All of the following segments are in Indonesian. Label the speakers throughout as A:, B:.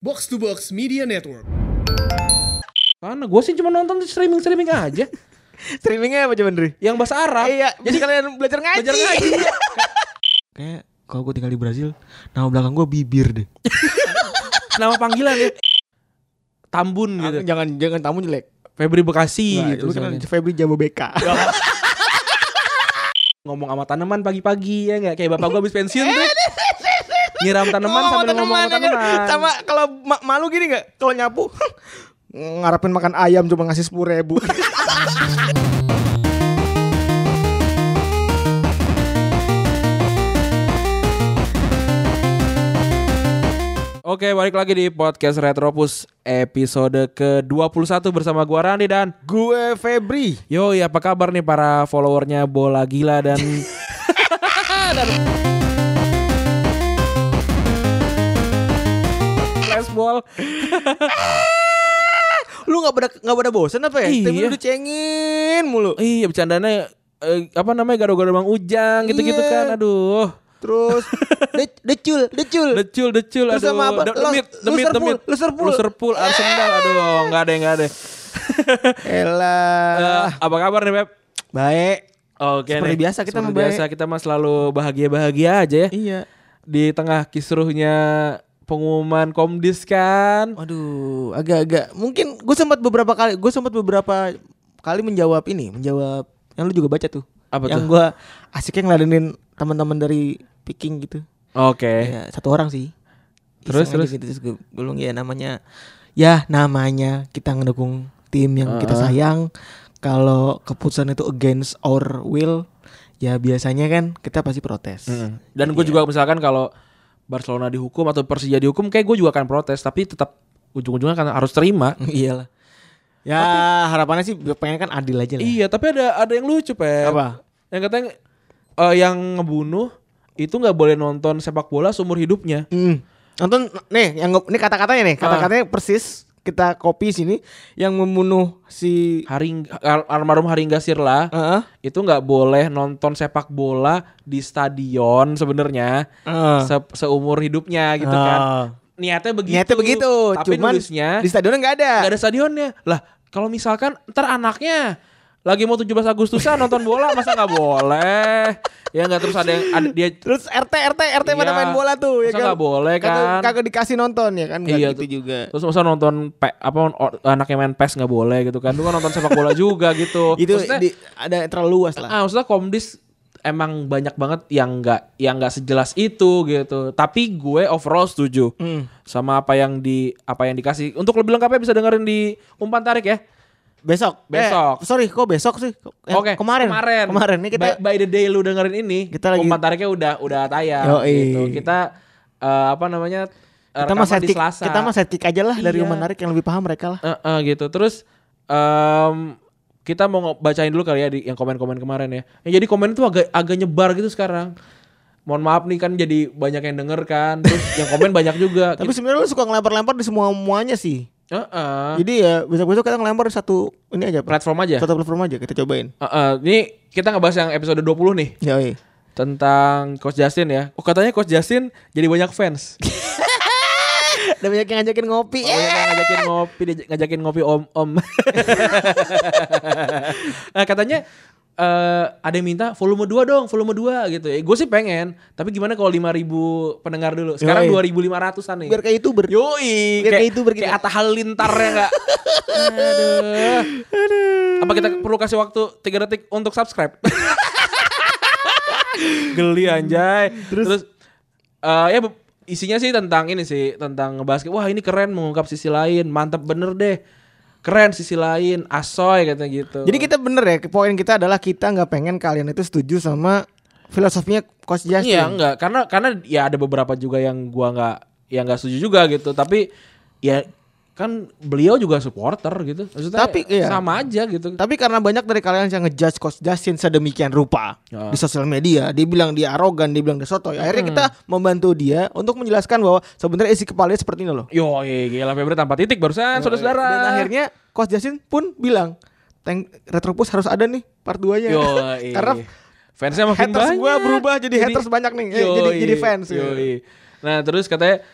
A: Box to Box Media Network.
B: Karena gue sih cuma nonton streaming-streaming aja.
C: Streamingnya apa coba Ndri?
B: yang bahasa Arab.
C: Iya, jadi kalian belajar ngaji.
B: Belajar ngaji.
D: Kayak kalau gue tinggal di Brazil, nama belakang gue bibir deh.
B: Nama panggilan ya. Tambun
C: Ah,
B: gitu.
C: Jangan jangan tamu jelek.
B: Febri Bekasi
C: Nah,
B: gitu.
C: lu kenal
B: misalnya.
C: Febri Jabobeka.
B: Ngomong sama tanaman pagi-pagi ya nggak kayak bapak gue habis pensiun
C: Eh,
B: tuh. Nyiram tanaman
C: Ngomong
B: sambil ngomong sama
C: aja.
B: tanaman.
C: Oh, Sama kalau ma- malu gini nggak? Kalau nyapu ngarepin makan ayam cuma ngasih sepuluh ribu.
B: Oke, balik lagi di podcast Retropus episode ke-21 bersama gua Randi dan
C: Gue Febri.
B: Yoi, apa kabar nih para followernya Bola Gila dan Flashball.
C: Lu nggak pada nggak pada bosen apa ya?
B: Iya.
C: Tapi lu dicengin mulu.
B: Iya bercandanya eh, apa namanya gado-gado Bang Ujang gitu-gitu
C: Iya.
B: kan. Aduh.
C: Terus de- decul, decul.
B: Decul decul
C: Terus
B: aduh.
C: sama apa?
B: Da-
C: Los-
B: Demit, demit,
C: Loserpool,
B: demit.
C: Loserpool.
B: Loserpool, Arsenal. Aduh, enggak ada enggak ada. Eh,
C: Elah.
B: apa kabar nih, Beb?
C: Baik.
B: Oke
C: Seperti
B: nih.
C: biasa kita
B: Seperti
C: mah, Bay.
B: biasa kita mah selalu bahagia-bahagia aja ya.
C: Iya.
B: Di tengah kisruhnya pengumuman Komdis kan.
C: Waduh, agak-agak mungkin gue sempat beberapa kali, gue sempat beberapa kali menjawab ini, menjawab yang lu juga baca tuh.
B: Apa
C: yang
B: tuh?
C: gue asiknya ngeladenin teman-teman dari picking gitu.
B: Oke.
C: Ya, satu orang sih.
B: Terus,
C: Iseng aja
B: terus?
C: gitu, terus gue bilang ya namanya ya namanya kita ngedukung tim yang kita sayang. Kalau keputusan itu against our will, ya biasanya kan kita pasti protes.
B: Hmm. Dan
C: Iya.
B: gue juga misalkan kalau Barcelona dihukum atau Persija dihukum kayak gue juga akan protes tapi tetap ujung-ujungnya kan harus terima.
C: Iyalah. Ya harapannya sih pengen kan adil aja lah.
B: Iya, tapi ada ada yang lucu, Pep.
C: Apa?
B: Yang katanya eh, yang ngebunuh itu nggak boleh nonton sepak bola seumur hidupnya.
C: Hmm. Nonton nih yang nge- ini kata-katanya nih, kata-katanya persis kita copy sini yang membunuh si
B: Haring al- almarhum Haringga Sirla
C: Heeh.
B: itu nggak boleh nonton sepak bola di stadion sebenarnya
C: Heeh.
B: se- seumur hidupnya gitu kan.
C: Ah.
B: Niatnya begitu.
C: Niatnya begitu,
B: tapi
C: cuman
B: nulisnya
C: di stadionnya Gitu. nggak ada.
B: nggak ada stadionnya. Lah, kalau misalkan ntar anaknya lagi mau 17 Agustusan nonton bola masa nggak boleh? Ya nggak terus ada yang ada, dia
C: Terus RT RT RT pada
B: Iya.
C: main bola tuh ya
B: Masa nggak boleh
C: Kagak-
B: kan?
C: Kagak dikasih nonton ya kan nggak
B: Iya,
C: gitu
B: tuh.
C: juga.
B: Terus masa nonton pe, apa o- anaknya main PES nggak boleh gitu kan? Lu kan nonton sepak bola juga gitu.
C: Itu
B: maksudnya,
C: di- ada terlalu luas lah.
B: ah, maksudnya Komdis emang banyak banget yang nggak yang nggak sejelas itu gitu. Tapi gue overall setuju
C: Hmm.
B: sama apa yang di apa yang dikasih. Untuk lebih lengkapnya bisa dengerin di umpan tarik ya.
C: Besok.
B: Besok.
C: Eh, sorry, kok besok sih? Eh,
B: Oke.
C: Kemarin.
B: Kemarin.
C: Kemarin nih kita
B: by, by the day lu dengerin ini,
C: Kita lagi-
B: umpan tariknya udah udah tayang
C: Yoi.
B: gitu. Kita eh, apa namanya? eh,
C: kita mah
B: rekaman
C: set
B: di
C: kick,
B: Selasa.
C: kita mah set kick aja lah
B: Iya.
C: dari rumah narik yang lebih paham mereka lah.
B: Eh, eh, gitu. Terus em, kita mau nge- bacain dulu kali ya di yang komen-komen kemarin ya. Ya, jadi komen itu agak agak nyebar gitu sekarang. Mohon maaf nih kan jadi banyak yang denger kan. Terus yang komen banyak juga.
C: Tapi sebenarnya lu suka ngelempar-lempar di semua muanya sih.
B: Eh, eh,
C: Jadi ya besok-besok kita ngelempar satu ini aja Pak.
B: platform aja.
C: Satu platform aja kita cobain.
B: Eh, eh, ini kita ngebahas yang episode 20 nih
C: Ya, iya.
B: tentang Coach Justin ya. Oh katanya Coach Justin jadi banyak fans.
C: Ada banyak yang ngajakin ngopi.
B: Oh, iya, kan, ngajakin ngopi, diaj- ngajakin ngopi om-om. nah, katanya eh ada yang minta volume 2 dong, volume 2 gitu. gue sih pengen, tapi gimana kalau 5000 pendengar dulu? Sekarang
C: Yoi.
B: 2500-an nih.
C: Biar kayak YouTuber.
B: Yoi,
C: biar
B: kayak,
C: kayak YouTuber kita.
B: kayak Atta Halilintar ya enggak? Aduh. Apa kita perlu kasih waktu 3 detik untuk subscribe? Geli anjay. Terus, eh, ya be- isinya sih tentang ini sih, tentang ngebahas kayak, wah ini keren mengungkap sisi lain, mantap bener deh. Keren sisi lain, asoy katanya gitu.
C: Jadi kita bener ya, poin kita adalah kita nggak pengen kalian itu setuju sama filosofinya Coach Justin.
B: Iya enggak karena karena ya ada beberapa juga yang gua nggak yang nggak setuju juga gitu tapi ya kan beliau juga supporter gitu maksudnya
C: Tapi, iya.
B: sama aja gitu
C: Tapi karena banyak dari kalian yang ngejudge Coach Justin sedemikian rupa
B: Ya.
C: di sosial media, dia bilang dia arogan, dia bilang dia sotoy. Akhirnya kita
B: Hmm.
C: membantu dia untuk menjelaskan bahwa sebenarnya isi kepalanya seperti ini loh.
B: yo gila Febri tanpa titik barusan saudara-saudara
C: Dan akhirnya Coach Justin pun bilang, "Tank Retropus harus ada nih part 2-nya."
B: yo
C: Iya. Karena
B: fansnya makin
C: haters
B: banyak
C: gua berubah jadi haters banyak nih, eh, jadi-
B: yoi,
C: jadi fans,
B: yoi. nah terus katanya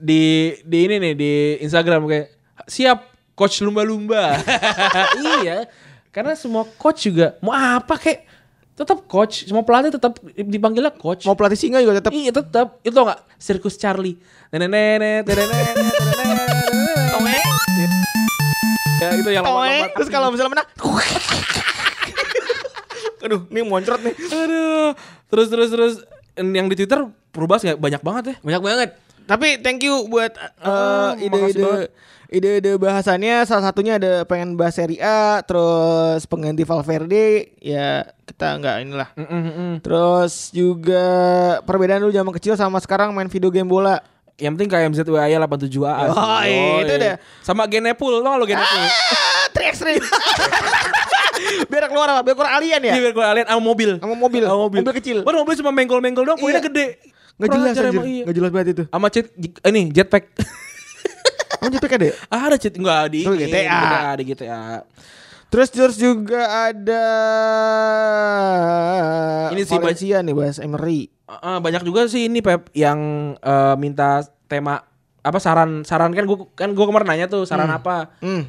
B: di di ini nih di Instagram kayak siap coach lumba-lumba. iya. Karena semua coach juga mau apa kayak tetap coach, semua pelatih tetap dipanggilnya coach.
C: Mau pelatih singa juga tetap.
B: Iya tetap. Itu tau nggak sirkus Charlie. Nenenenet, nenenenet, nenenenet. Ya itu yang lompat-lompat.
C: Terus kalau misalnya menang. Aduh, ini moncrot nih.
B: Aduh. Terus terus terus yang di Twitter berubah nggak banyak banget ya.
C: Banyak banget. Tapi thank you buat
B: Ah,
C: uh, ide-ide ide-ide bahasannya salah satunya ada pengen bahas Serie A, terus pengganti Valverde ya kita nggak inilah. Terus juga perbedaan dulu zaman kecil sama sekarang main video game bola. Ah,
B: Yang penting kayak MZWA 87A. sih.
C: Oh, iya, itu
B: iya.
C: deh.
B: Sama Genepul, tau gak lo Genepul?
C: Ah, Tri ekstrim. biar keluar apa? Biar keluar alien
B: Ini
C: ya.
B: Iya, biar gue alien sama mobil.
C: Sama mobil.
B: Sama mobil.
C: Mobil kecil.
B: Baru mobil cuma menggol-menggol doang, poinnya
C: Iya.
B: gede.
C: Nggak
B: Kurang
C: jelas
B: ajar
C: anjir.
B: emang, iya.
C: Nggak jelas banget itu.
B: Sama jet, ini jetpack. Ah,
C: Kamu JPK deh.
B: ada jet, enggak di
C: Itu
B: ini,
C: GTA.
B: Di GTA, di GTA.
C: Terus terus juga ada
B: Ini sih,
C: Valencia nih bahas Emery.
B: Eh, eh, banyak juga sih ini Pep yang eh, minta tema apa saran saran kan gue kan gue kemarin nanya tuh saran apa
C: Hmm.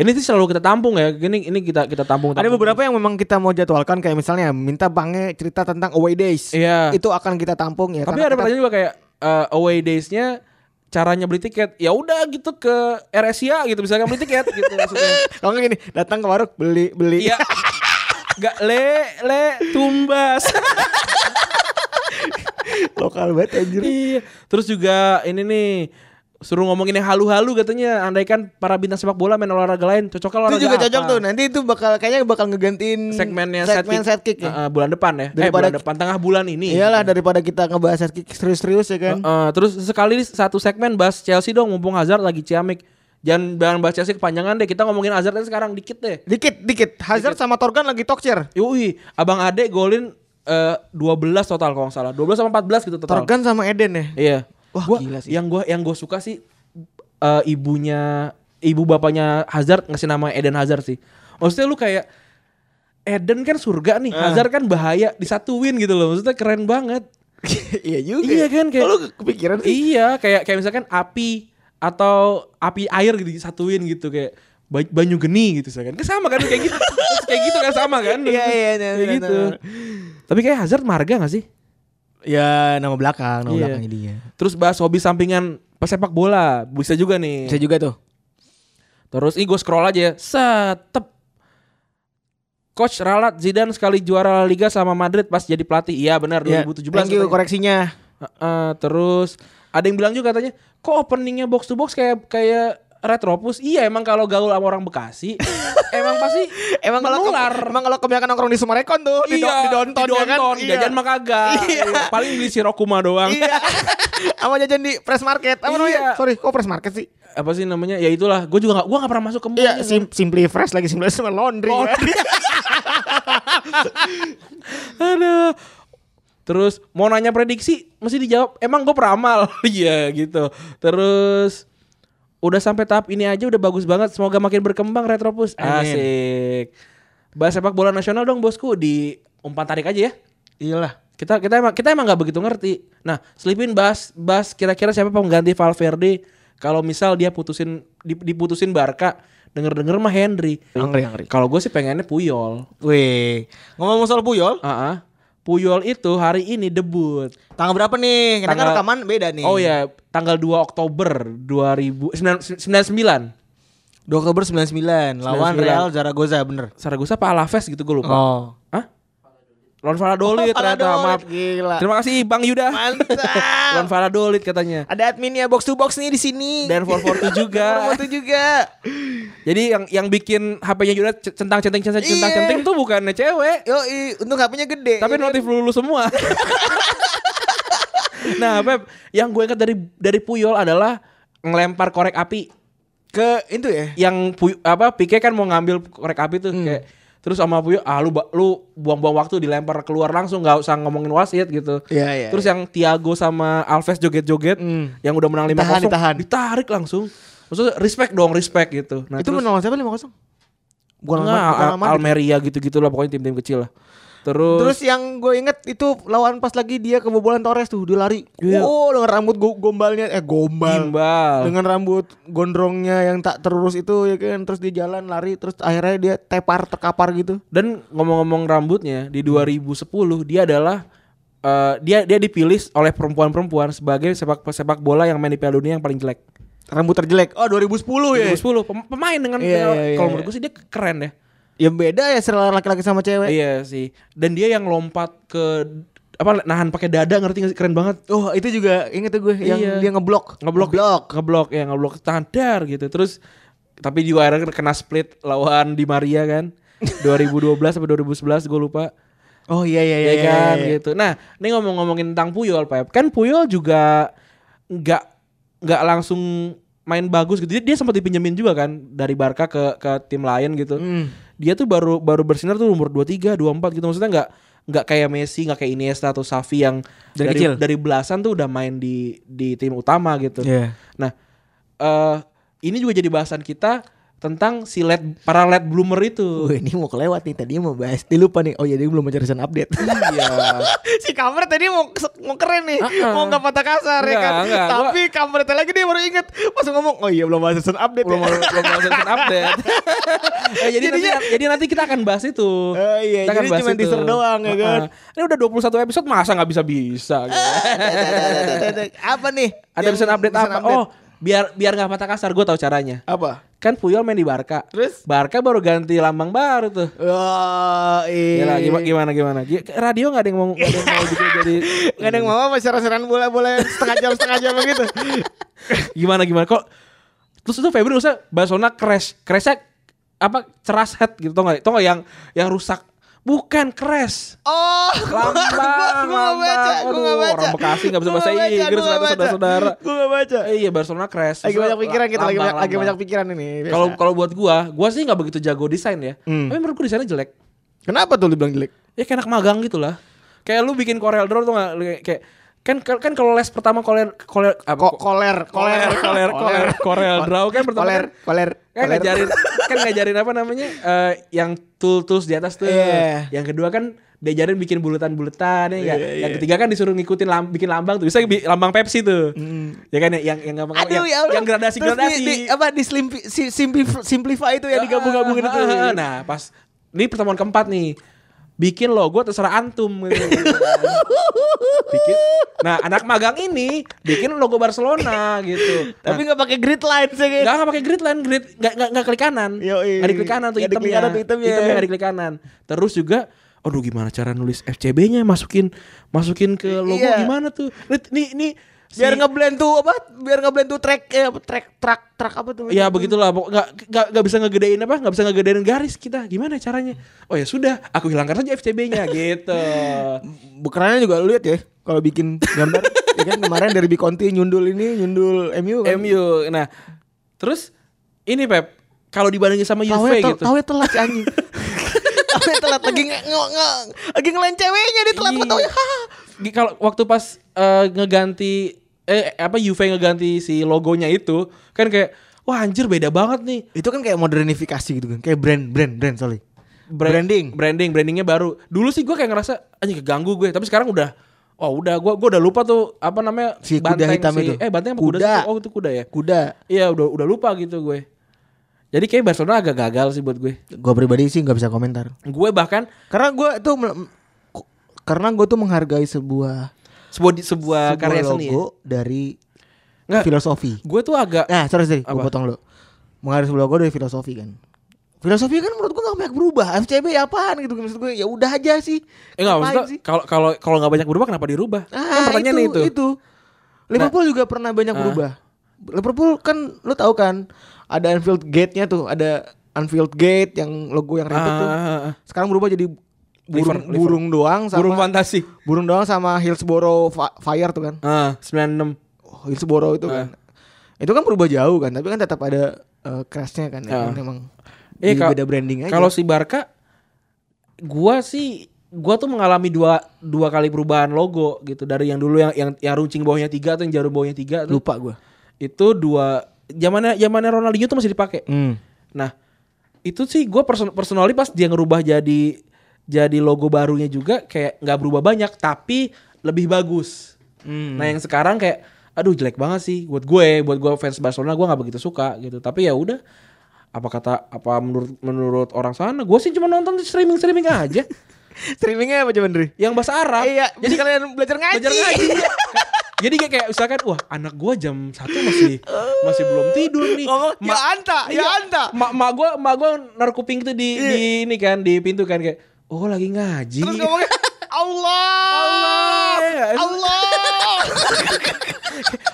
B: ini sih selalu kita tampung ya ini ini kita kita tampung,
C: Ada
B: tampung.
C: beberapa yang memang kita mau jadwalkan kayak misalnya minta Bange cerita tentang away days.
B: Iya.
C: Itu akan kita tampung ya.
B: Tapi
C: karena
B: ada
C: kita-
B: pertanyaan juga kayak eh, away days-nya caranya beli tiket. Ya udah gitu ke RSIA gitu misalkan beli tiket gitu maksudnya.
C: Kalau nggak gini, datang ke warung beli beli.
B: Iya. Gak le le tumbas.
C: Lokal banget anjir.
B: Iya. Terus juga ini nih suruh ngomongin yang halu-halu katanya andaikan para bintang sepak bola main olahraga lain cocoknya
C: Itu
B: olahraga
C: juga
B: apa?
C: cocok tuh. Nanti itu bakal kayaknya bakal ngegantiin
B: segmennya
C: segmen
B: set
C: set kick. ya. Iya.
B: Eh, eh, bulan depan ya eh
C: Daripada-
B: bulan depan tengah bulan ini
C: Iyalah daripada kita ngebahas set kick serius-serius ya kan.
B: Eh, terus sekali satu segmen bahas Chelsea dong mumpung Hazard lagi ciamik jangan jangan bahas Chelsea kepanjangan deh kita ngomongin Hazard aja sekarang dikit deh
C: Dikit dikit. Hazard sama Torgan lagi talk share.
B: Yoi, Abang Ade golin eh, 12 total kalau nggak salah. 12 sama 14 gitu total.
C: Torgan sama Eden ya.
B: Iya.
C: Wah,
B: Gua-
C: gila sih.
B: Yang gua yang gua suka sih eh, ibunya ibu bapaknya Hazard ngasih nama Eden Hazard sih. Maksudnya lu kayak Eden kan surga
C: Eh.
B: nih, Hazard kan bahaya disatuin gitu loh. Maksudnya keren banget.
C: iya juga.
B: Iya kan, kayak-
C: Kok lu kepikiran sih.
B: Iya, kayak kayak misalkan api atau api air gitu disatuin gitu kayak ba- banyu geni gitu misalkan. Kan sama kan kayak gitu. kayak gitu kan sama kan.
C: Iya, iya, iya,
B: Kayak
C: iya,
B: gitu.
C: iya.
B: Tapi kayak Hazard marga gak sih?
C: Ya nama belakang, nama
B: Iya.
C: belakang jadinya.
B: Terus bahas hobi sampingan pesepak bola, bisa juga nih.
C: Bisa juga tuh.
B: Terus ini gue scroll aja ya. Setep. Coach ralat Zidane sekali juara La Liga sama Madrid pas jadi pelatih. Iya benar
C: Iya,
B: 2017.
C: Thank you
B: katanya.
C: koreksinya.
B: Heeh, terus ada yang bilang juga katanya, kok openingnya box to box kayak kayak Retropus? Iya emang kalau gaul sama orang Bekasi, emang pasti
C: Emang kalau
B: menular.
C: emang kalau kebanyakan nongkrong di Sumarekon tuh di
B: iya,
C: didonton, ya kan?
B: didonton, jajan mah kagak.
C: Iya.
B: Paling beli sirokuma doang.
C: Iya. Sama jajan di Press Market. Apa
B: Iya.
C: namanya? Sorry, kok Press Market sih?
B: Apa sih namanya? Ya itulah, gue juga gak, gua gak pernah masuk ke mall.
C: Iya, sim Simply Fresh lagi Simply Fresh sama laundry.
B: Laundry. Aduh. Terus mau nanya prediksi mesti dijawab emang gue peramal. Iya gitu. Terus udah sampai tahap ini aja udah bagus banget. Semoga makin berkembang Retropus.
C: Amin.
B: Asik. Bahas sepak bola nasional dong bosku di umpan tarik aja ya.
C: Iyalah.
B: Kita kita emang kita emang nggak begitu ngerti. Nah, Slipin bahas bahas kira-kira siapa pengganti Valverde kalau misal dia putusin dip- diputusin Barca. Denger-denger mah Henry.
C: Angri, angri.
B: Kalau gue sih pengennya Puyol.
C: Wih, ngomong soal Puyol,
B: Ah, Puyol itu hari ini debut.
C: tanggal berapa nih? Kita kan
B: Tanggal-
C: rekaman beda nih.
B: Oh ya, tanggal 2 Oktober 2099.
C: Dua Oktober 99 lawan
B: 99.
C: Real Zaragoza bener.
B: Saragossa apa Alaves gitu gue lupa.
C: Oh.
B: Hah? Lon Valladolid
C: Oh,
B: ternyata
C: Valladolid,
B: maaf.
C: gila.
B: Terima kasih Bang Yuda. Lon
C: Mantap.
B: Valladolid katanya.
C: Ada adminnya box to box nih di sini.
B: Dan 442 juga.
C: itu juga.
B: Jadi yang yang bikin HP-nya Yuda c- centang-centing
C: Iya.
B: centang-centing tuh bukannya cewek,
C: Yo, untung HP-nya gede. Iya kan?
B: tapi notif lulu semua. nah, Pep, yang gue ingat dari dari Puyol adalah ngelempar korek api.
C: ke itu ya.
B: yang Puy- apa Pique kan mau ngambil korek api tuh
C: Hmm.
B: kayak terus sama Puyo ah lu ba- lu buang-buang waktu dilempar keluar langsung nggak usah ngomongin wasit gitu.
C: Iya, iya,
B: Terus yang Thiago sama Alves joget-joget
C: Hmm.
B: yang udah menang 5-0
C: Ditahan, ditahan.
B: ditarik langsung. Maksudnya respect dong, respect gitu. Nah,
C: itu menang lawan siapa 5-0? Bukan
B: Nggak,
C: lawan bukan lawan
B: Al-
C: Madrid.
B: Almeria gitu-gitu lah pokoknya tim-tim kecil lah. Terus,
C: Terus yang gue inget itu lawan pas lagi dia kebobolan Torres tuh dia lari.
B: Iya.
C: Oh dengan rambut go- gombalnya eh gombal.
B: gimbal.
C: Dengan rambut gondrongnya yang tak terurus itu ya kan terus dia jalan lari terus akhirnya dia tepar terkapar gitu.
B: Dan ngomong-ngomong rambutnya di 2010 dia adalah eh, dia dia dipilih oleh perempuan-perempuan sebagai sepak sepak bola yang main di Piala Dunia yang paling jelek.
C: Rambut terjelek. Oh 2010 ya.
B: 2010 pem- pemain dengan
C: Iya, iya, iya,
B: kalau
C: iya.
B: menurut gue sih dia keren ya.
C: Ya beda ya selera laki-laki sama cewek.
B: Iya sih. Dan dia yang lompat ke apa nahan pakai dada ngerti gak sih keren banget.
C: Oh itu juga inget tuh gue yang
B: Iya.
C: dia ngeblok.
B: Ngeblok, ngeblok ya ngeblok tahan dar gitu. Terus tapi juga akhirnya kena split lawan di Maria kan. 2012 atau 2011 gue lupa.
C: Oh iya iya iya.
B: ya kan
C: iya, iya.
B: gitu. Nah, ini ngomong-ngomongin tentang Puyol, Pep. Kan Puyol juga nggak nggak langsung main bagus gitu. Dia, dia sempat dipinjemin juga kan dari Barca ke ke tim lain gitu.
C: Hmm.
B: Dia tuh baru baru bersinar tuh umur 23, 24 gitu. Maksudnya nggak nggak kayak Messi, nggak kayak Iniesta atau Xavi yang
C: Dari kecil.
B: dari belasan tuh udah main di di tim utama gitu.
C: Iya.
B: Nah, eh ini juga jadi bahasan kita tentang si late para late bloomer itu.
C: Tuh, ini mau kelewat nih tadinya mau bahas. Dia lupa nih. Oh iya dia belum baca recent update.
B: Iya.
C: si Kamper tadi mau mau keren nih,
B: Ah, ah.
C: mau nggak patah kasar ya
B: Enggak,
C: kan.
B: enggak,
C: Tapi Kamper tadi lagi dia baru inget pas ngomong, oh iya belum bahas recent update.
B: belum
C: ya.
B: belum melakukan update. Eh, jadi
C: Jadinya-
B: nanti, jadi nanti kita akan bahas itu.
C: Eh, iya,
B: kita
C: jadi cuma teaser doang, ya kan?
B: Heeh. Ini udah 21 episode masa nggak bisa bisa. gitu?
C: apa nih?
B: Ada
C: Yang
B: pesan update
C: recent
B: apa? Oh, biar biar nggak patah kasar gue tahu caranya.
C: apa?
B: Kan Puyol main di Barca.
C: Terus?
B: Barca baru ganti lambang baru tuh.
C: Oh, iya.
B: Gila, gimana gimana gimana. Gi- Radio nggak ada yang mau nggak ada yang mau bikin jadi
C: Gak ada yang mau apa seran-seran bola-bola yang setengah jam setengah jam begitu.
B: gimana gimana kok terus itu Febri usah Barcelona crash crashnya apa ceras head gitu tau nggak tau nggak yang yang rusak bukan crash
C: Oh, gua-
B: Lambang,
C: gua- gua nggak baca,
B: lambang.
C: gua nggak
B: Aduh,
C: baca.
B: orang Bekasi nggak bisa
C: Gua
B: bahasa
C: nggak baca,
B: Inggris,
C: gua nggak
B: ternyata
C: baca.
B: saudara-saudara.
C: Gua nggak baca.
B: Eh, iya Barcelona crash
C: Lagi
B: Terus
C: banyak pikiran kita, lagi
B: lambang,
C: banyak, lagi
B: lambang.
C: banyak pikiran ini. biasa.
B: kalau kalau buat gua gua sih nggak begitu jago desain ya
C: Hmm.
B: tapi menurut gua desainnya jelek
C: kenapa tuh lu bilang jelek?
B: ya kayak anak magang gitu lah kayak lu bikin Corel Draw tuh nggak kayak kan kan kalau les pertama Corel Corel ah, apa
C: Ko- koler,
B: Corel Corel Corel Corel Draw kan pertama
C: koler,
B: kan-
C: koler,
B: kan
C: koler.
B: ngajarin kan ngajarin apa namanya eh, yang tool tools di atas tuh
C: Iya.
B: yang kedua kan diajarin bikin bulatan-bulatan ya nggak?
C: Iya,
B: yang ketiga kan disuruh ngikutin lam- bikin lambang tuh bisa bi- lambang Pepsi tuh ya kan ya, yang yang gampang
C: Mm. Aduh
B: yang,
C: ya Allah.
B: yang gradasi
C: Terus
B: gradasi
C: Di, di, apa di slimpi, si- simplif- simplify itu ya digabung-gabungin itu.
B: nah pas ini pertemuan keempat nih bikin logo terserah antum gitu. bikin nah anak magang ini bikin logo Barcelona gitu
C: Tapi nggak pakai grid lines ya
B: Gak
C: guys.
B: nggak pakai grid line, grid nggak nggak nggak klik kanan.
C: Yoi.
B: Nggak diklik kanan tuh
C: Nggak diklik
B: hitamnya.
C: kanan ya. tuh hitamnya.
B: ya, nggak diklik kanan. Terus juga aduh gimana cara nulis FCB-nya masukin masukin ke logo
C: Iya.
B: gimana tuh? Ini ini, ini si-
C: Biar ngeblend tuh apa? Biar ngeblend tuh track eh apa, track track track apa tuh?
B: Ya begitulah pokok- nggak nggak nggak bisa ngegedein apa nggak bisa ngegedein garis kita gimana caranya oh ya sudah aku hilangkan saja FCB-nya gitu
C: Bukannya juga lu lihat ya kalau bikin gambar ya kan kemarin dari Biconti nyundul ini nyundul MU kan.
B: MU nah terus ini Pep kalau dibandingin sama
C: Tahu
B: Juve
C: ya tel-
B: gitu
C: tahu ya telat si anjing. Tahu ya telat lagi nge, nge, nge- lagi ngelain ceweknya dia telat
B: Iya.
C: tahu ya.
B: Gi- Kalau waktu pas eh, ngeganti eh apa Juve ngeganti si logonya itu kan kayak wah anjir beda banget nih.
C: Itu kan kayak modernifikasi gitu kan. Kayak brand brand brand sorry.
B: Bra-
C: Branding.
B: Branding, brandingnya baru. Dulu sih gue kayak ngerasa anjing keganggu gue, tapi sekarang udah oh udah gue gua udah lupa tuh apa namanya
C: Si kuda hitam itu.
B: Eh banteng apa kuda?
C: Kuda.
B: sih? Oh itu kuda ya.
C: Kuda.
B: Iya udah udah lupa gitu gue. Jadi kayak Barcelona agak gagal sih buat gue.
C: Gua pribadi sih nggak bisa komentar.
B: Gue bahkan
C: Karena gue tuh mel- ku- karena gue tuh menghargai sebuah
B: sebuah sebuah,
C: sebuah
B: karya seni. Ya.
C: logo dari
B: Nggak,
C: filosofi.
B: gue tuh agak
C: Nah, sorry sorry, gue
B: Apa?
C: potong lo. Menghargai sebuah logo dari filosofi kan. Filosofi kan menurut gue gak banyak berubah. FCB ya apaan gitu maksud gue. Ya udah aja sih.
B: eh enggak
C: Ngapain
B: maksudnya
C: sih?
B: kalau kalau kalau nggak banyak berubah kenapa dirubah? kan Ah.
C: Ah, itu,
B: pertanyaannya
C: itu. Liverpool juga pernah banyak berubah. Liverpool kan lo tau kan ada Anfield Gate-nya tuh, ada Anfield Gate yang logo yang ribet tuh.
B: Ah,
C: Sekarang berubah jadi burung
B: Liver- liver.
C: burung doang sama
B: burung fantasi.
C: Burung doang sama Hillsborough Fa- Fire tuh kan.
B: Ah, 96.
C: Oh, Hillsborough itu kan.
B: Ah.
C: Itu kan berubah jauh kan, tapi kan tetap ada eh, crash-nya kan. Ya,
B: Ah.
C: kan Emang
B: Eh,
C: di
B: kalau-
C: beda branding aja.
B: Kalau si Barca gua sih gua tuh mengalami dua dua kali perubahan logo gitu dari yang dulu yang yang, yang runcing bawahnya tiga atau yang jarum bawahnya tiga tuh,
C: lupa gua.
B: itu dua zamannya zamannya Ronaldinho tuh masih dipakai.
C: Hmm.
B: Nah, itu sih gua person, personally pas dia ngerubah jadi jadi logo barunya juga kayak nggak berubah banyak tapi lebih bagus.
C: Hmm.
B: Nah yang sekarang kayak aduh jelek banget sih buat gue, buat gue fans Barcelona gue nggak begitu suka gitu. Tapi ya udah apa kata apa menurut menurut orang sana gue sih cuma nonton di streaming streaming aja
C: Streamingnya apa coba Dri?
B: yang bahasa Arab.
C: Iya, jadi kalian belajar ngaji.
B: Ah. Belajar ngaji. iya. Jadi kayak, kayak misalkan wah anak gua jam satu masih masih belum tidur nih.
C: Ngomong, "Ya anta, ya
B: iya.
C: anta."
B: Mak mak gua mak gua naruh kuping tuh di di ini kan di pintu kan kayak oh lagi ngaji.
C: Iya. Terus ngomongnya Allah.
B: Allah. Iya, iya.
C: Allah.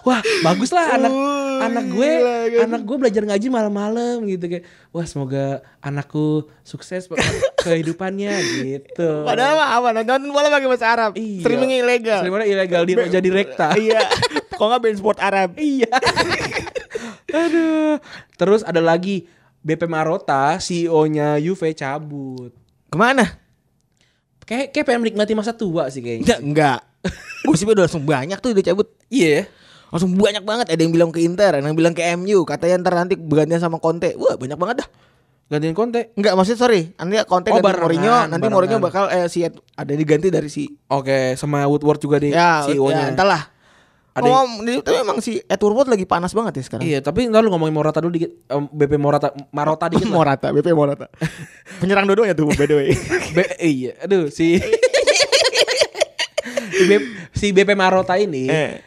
B: wah bagus lah anak
C: Oh,
B: anak gue
C: gila, kan.
B: anak gue belajar ngaji malam-malam gitu kayak wah semoga anakku sukses kehidupannya gitu.
C: Padahal mah apa? Nonton bola pakai bahasa Arab.
B: Iya.
C: Streamingnya ilegal.
B: Streamingnya ilegal di jadi rekta.
C: iya. Kok nggak band sport Arab?
B: Iya. Aduh. Terus ada lagi BP Marota, CEO-nya Juve cabut.
C: Kemana?
B: Kayak kayak pengen menikmati masa tua sih
C: Enggak,
B: kayaknya.
C: enggak. Gosipnya udah langsung banyak tuh dia cabut.
B: Iya.
C: Langsung banyak banget ada yang bilang ke Inter, ada yang bilang ke MU, katanya ntar nanti bergantian sama Conte. Wah, banyak banget dah.
B: Gantiin konten.
C: Enggak, maksudnya sorry. Nanti Conte
B: Oh,
C: ganti
B: barengan,
C: Mourinho, nanti
B: barengan.
C: Mourinho bakal eh si Ed- ada yang diganti dari si
B: Oke, sama Woodward juga di
C: ya, ya
B: CEO-nya.
C: entahlah.
B: Ada yang-
C: Ngomong, di- tapi emang si Edward Wood lagi panas banget ya sekarang.
B: Iya, tapi ntar lu ngomongin Morata dulu dikit. Em, BP Morata Marota dikit lah.
C: Morata, BP Morata. Penyerang dua ya tuh by the way.
B: B- iya, aduh si si B- si BP Marota ini
C: Eh.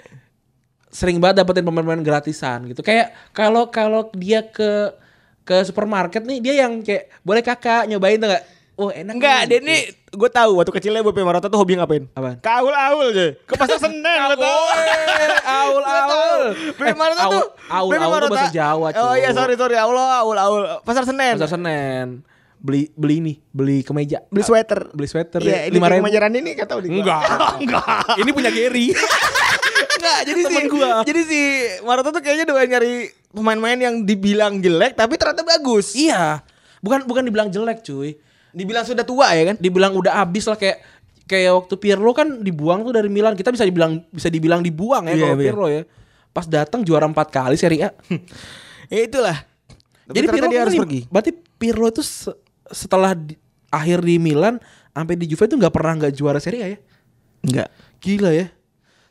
B: sering banget dapetin pemain-pemain gratisan gitu. Kayak kalau kalau dia ke ke supermarket nih dia yang kayak boleh kakak nyobain tuh nggak? Oh enak.
C: Enggak,
B: nih."
C: dia ini gue tahu waktu kecilnya BP Morata tuh hobi ngapain?
B: Apaan?
C: Kaul-aul aja. Ke pasar Senen lo tau.
B: Aul aul.
C: BP Morata
B: Eh,
C: tuh.
B: Aul
C: BP
B: aul tuh bahasa Jawa.
C: Oh
B: cuy.
C: iya sorry sorry. Allah aul aul. Pasar Senen.
B: Pasar Senen beli beli ini beli kemeja
C: Beli sweater.
B: beli sweater
C: Iya, ini kayak kemajaran ini kata udah gua.
B: Enggak.
C: Enggak.
B: ini punya Gary
C: Enggak, jadi si
B: Temen gua.
C: Jadi si Marota tuh kayaknya doain nyari pemain-pemain yang dibilang jelek tapi ternyata bagus.
B: iya bukan bukan dibilang jelek cuy
C: Dibilang sudah tua ya kan?
B: dibilang udah abis lah kayak kayak waktu Pirlo kan dibuang tuh dari Milan kita bisa dibilang bisa dibilang dibuang ya
C: Iya,
B: kalau
C: iya.
B: Pirlo ya pas datang juara empat kali Serie A
C: Ya itulah. Tapi
B: jadi
C: ternyata
B: Pirlo
C: dia harus
B: ini-
C: pergi.
B: berarti Pirlo itu se- setelah di- akhir di Milan sampai di Juve itu nggak pernah nggak juara Serie A ya
C: Enggak.
B: gila ya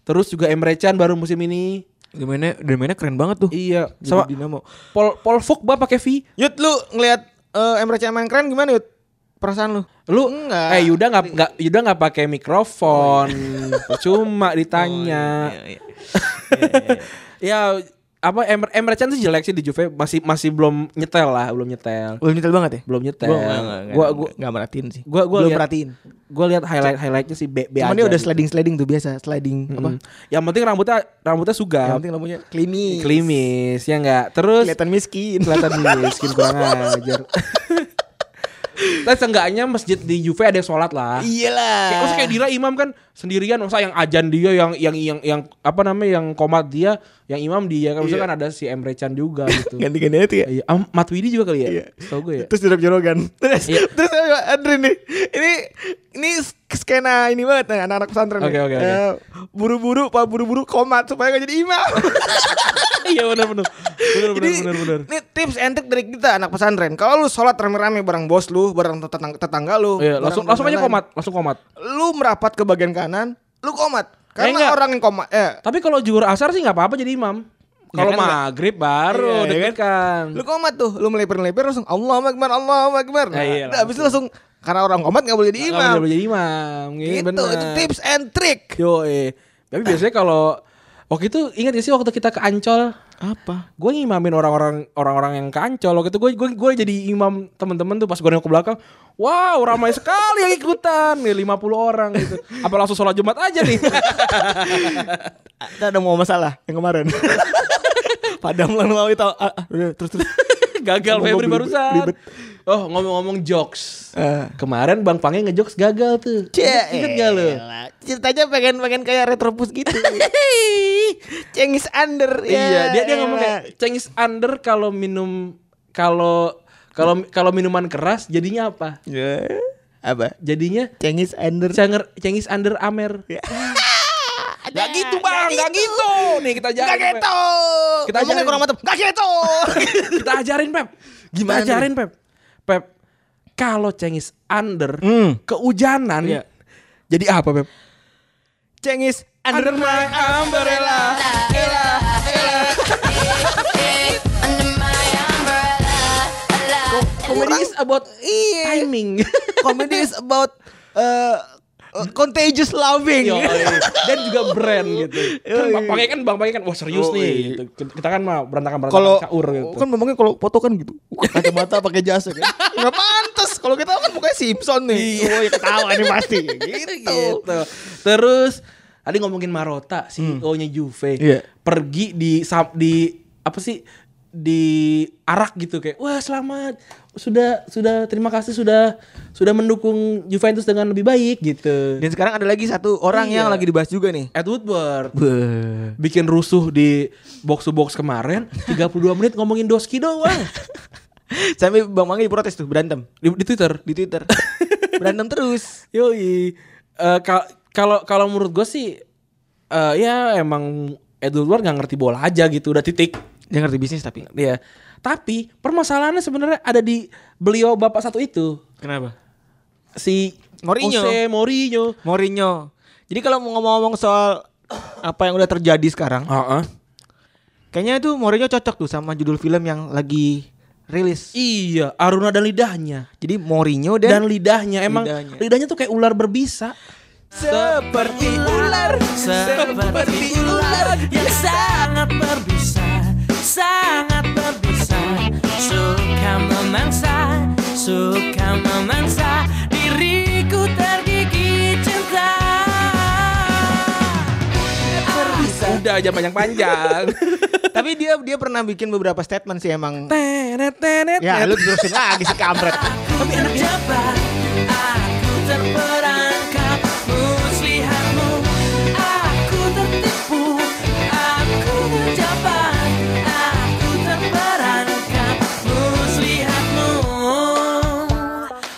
B: terus juga Emre Can baru musim ini
C: Dia mainnya, dia mainnya keren banget tuh.
B: iya
C: Jadi
B: sama
C: Dinamo.
B: Paul Paul Pogba pakai V
C: Yud lu ngelihat eh, Emre Can main keren gimana Yud? Perasaan lu?
B: lu
C: Enggak.
B: eh Yuda nggak nggak Yuda nggak pakai
C: Oh,
B: mikrofon
C: iya.
B: percuma ditanya
C: iya.
B: ya apa Emre, Emre Can sih jelek sih di Juve masih masih belum nyetel lah belum nyetel
C: Lu nyetel banget ya?
B: belum nyetel
C: Gua enggak, enggak,
B: gua
C: enggak,
B: gua
C: enggak merhatiin sih.
B: gua gua
C: Belum
B: lihat
C: perhatiin.
B: gua lihat highlight highlightnya sih B, B
C: Cuman
B: aja
C: dia udah
B: gitu.
C: sliding-sliding tuh biasa, sliding apa?
B: Mm. yang penting rambutnya rambutnya
C: Yang
B: sugap
C: penting lampunya klimis.
B: klimis ya enggak terus
C: Kelihatan miskin.
B: kelihatan miskin kurang ajar Tapi seenggaknya masjid di Juve ada yang sholat
C: Iya,
B: lah
C: Iyalah.
B: Kayak, maksudnya kayak Dira Imam kan sendirian masa yang ajan dia yang yang yang yang apa namanya yang komat dia yang imam dia kan
C: Iya.
B: maksudnya kan ada si Emre Can juga gitu.
C: ganti-ganti aja tuh ya.
B: Iya, ah, Mat Widi juga kali ya?
C: Iya.
B: Tahu gue ya.
C: Terus dirap jorogan. Terus
B: Iya.
C: terus sama Andri nih. Ini ini skena ini banget nih anak-anak pesantren.
B: Oke,
C: nih.
B: oke, oke.
C: Eh, Buru-buru pak buru-buru komat supaya gak jadi imam.
B: Iya benar benar. Benar
C: jadi ini tips and trick dari kita anak pesantren. Kalau lu sholat rame-rame bareng bos lu, bareng tetang- tetangga lu,
B: Iya,
C: bareng
B: langsung langsung aja
C: teman-teman
B: komat, langsung komat. Eh,
C: lain, Lu merapat ke bagian kanan, lu komat. Karena
B: enggak.
C: orang yang komat eh
B: Tapi kalau zuhur asar sih nggak apa-apa jadi imam. Kalau
C: kan nggak-
B: maghrib baru
C: Iya, iya
B: deket kan.
C: Lu komat tuh, lu melipir-melipir langsung Allahu Akbar, Allahu Akbar. Nah,
B: Ya, iya,
C: udah, habis itu langsung karena orang komat gak boleh
B: Nggak
C: jadi imam.
B: boleh jadi imam. Iya,
C: Gitu,
B: benar.
C: itu tips and trick.
B: Yo, eh. Tapi biasanya kalau waktu itu ingat gak sih waktu kita ke Ancol?
C: Apa?
B: gue ngimamin orang-orang orang-orang yang kancol waktu itu gue gue gue jadi imam temen-temen tuh pas gue nengok ke belakang wow ramai sekali yang ikutan nih 50 orang gitu apa langsung sholat jumat aja nih
C: Ah, Kita ada mau masalah yang kemarin. Padam lalu mau itu ah, ah, udah, terus terus.
B: gagal
C: Ngomong
B: Febri
C: ribet,
B: barusan
C: ribet.
B: oh ngomong-ngomong jokes
C: Eh.
B: kemarin bang pange ngejokes gagal tuh Ingat- ingat gak lu
C: Elah, Ceritanya pengen pengen kayak retropus gitu. Cengis under. ya
B: iya dia dia ngomong
C: elah.
B: kayak cengis under kalau minum kalau kalau kalau minuman keras jadinya apa
C: Ya. Apa?
B: jadinya
C: Cengis under.
B: Canger, cengis under amer
C: Iya.
B: Gak gitu bang, gak gitu. Nih kita ajarin.
C: Gak
B: Pep.
C: gitu.
B: Kita
C: Ngomongnya
B: ajarin.
C: kurang mantep. Gak gitu.
B: Kita ajarin Pep. Gimana?
C: Gimana
B: Kita ajarin Pep. Pep. kalau Cengis under
C: Hmm.
B: keujanan
C: Iya.
B: jadi apa Beb?
C: Cengis under my umbrella.
E: Under my umbrella, la,
C: Comedy is about iya.
B: Timing.
C: Comedy is about eh, eh, contagious loving.
B: Yo, iya. dan juga brand gitu. Kan Bang Pange kan Bang Pange kan wah serius
C: Yo,
B: nih.
C: iya.
B: gitu. Kita kan mah berantakan-berantakan
D: Kalau
B: caur gitu.
D: kan ngomongnya kalau foto kan gitu. Kacamata pakai jas
C: ya
D: kan. Enggak pantas kalau kita kan mukanya Simpson nih. Iya, ketawa nih pasti. Gitu.
C: Iya.
B: gitu. Hmm. Terus tadi ngomongin Marota, CEO-nya Juve.
D: Iya.
B: Pergi di sam- di apa sih? di arak gitu kayak wah selamat sudah sudah terima kasih sudah sudah mendukung Juventus dengan lebih baik gitu.
C: Dan sekarang ada lagi satu orang
B: Iya.
C: yang lagi dibahas juga nih.
B: Ed Woodward bikin rusuh di box to box kemarin 32 menit ngomongin Doski doang
C: Sampai Bang Mangi protes tuh berantem
B: di, di Twitter.
C: di Twitter. berantem terus.
B: Yoi. Eh, ka- Kalau kalau menurut gue sih eh, ya emang Edward nggak ngerti bola aja gitu udah titik
C: Dia ngerti bisnis tapi.
B: ya. Tapi permasalahannya sebenarnya ada di beliau bapak satu itu
C: Kenapa?
B: si
C: Mourinho.
B: Jose Mourinho.
C: Mourinho. Jadi kalau mau ngomong-ngomong soal apa yang udah terjadi sekarang,
B: Heeh.
C: kayaknya itu Mourinho cocok tuh sama judul film yang lagi rilis.
B: Iya, Aruna dan lidahnya.
C: Jadi Mourinho
B: Dan
C: dan,
B: lidahnya emang lidahnya.
C: Lidahnya.
B: tuh kayak ular berbisa.
C: seperti ular, seperti ular yang sangat berbisa, sangat berbisa, suka memangsa, suka memangsa diriku tergigit cinta.
B: Udah aja panjang-panjang.
C: Tapi dia dia pernah bikin beberapa statement sih emang.
B: Tenet, tenet,
C: Ya
B: tenet.
C: lu terusin lagi si kampret.
B: Tapi enak ya.
E: aku terperangkap muslihatmu, aku tertipu, aku terjabat, aku terperangkap muslihatmu.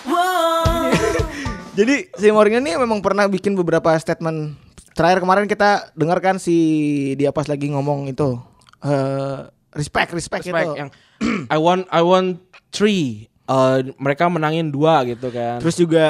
E: Wow.
C: Jadi si Mourinho ini memang pernah bikin beberapa statement. Terakhir kemarin kita dengarkan si dia pas lagi ngomong itu eh respect, respect,
B: Spike
C: gitu.
B: yang I want I want three. Eh, mereka menangin dua gitu kan. Terus
C: Terus juga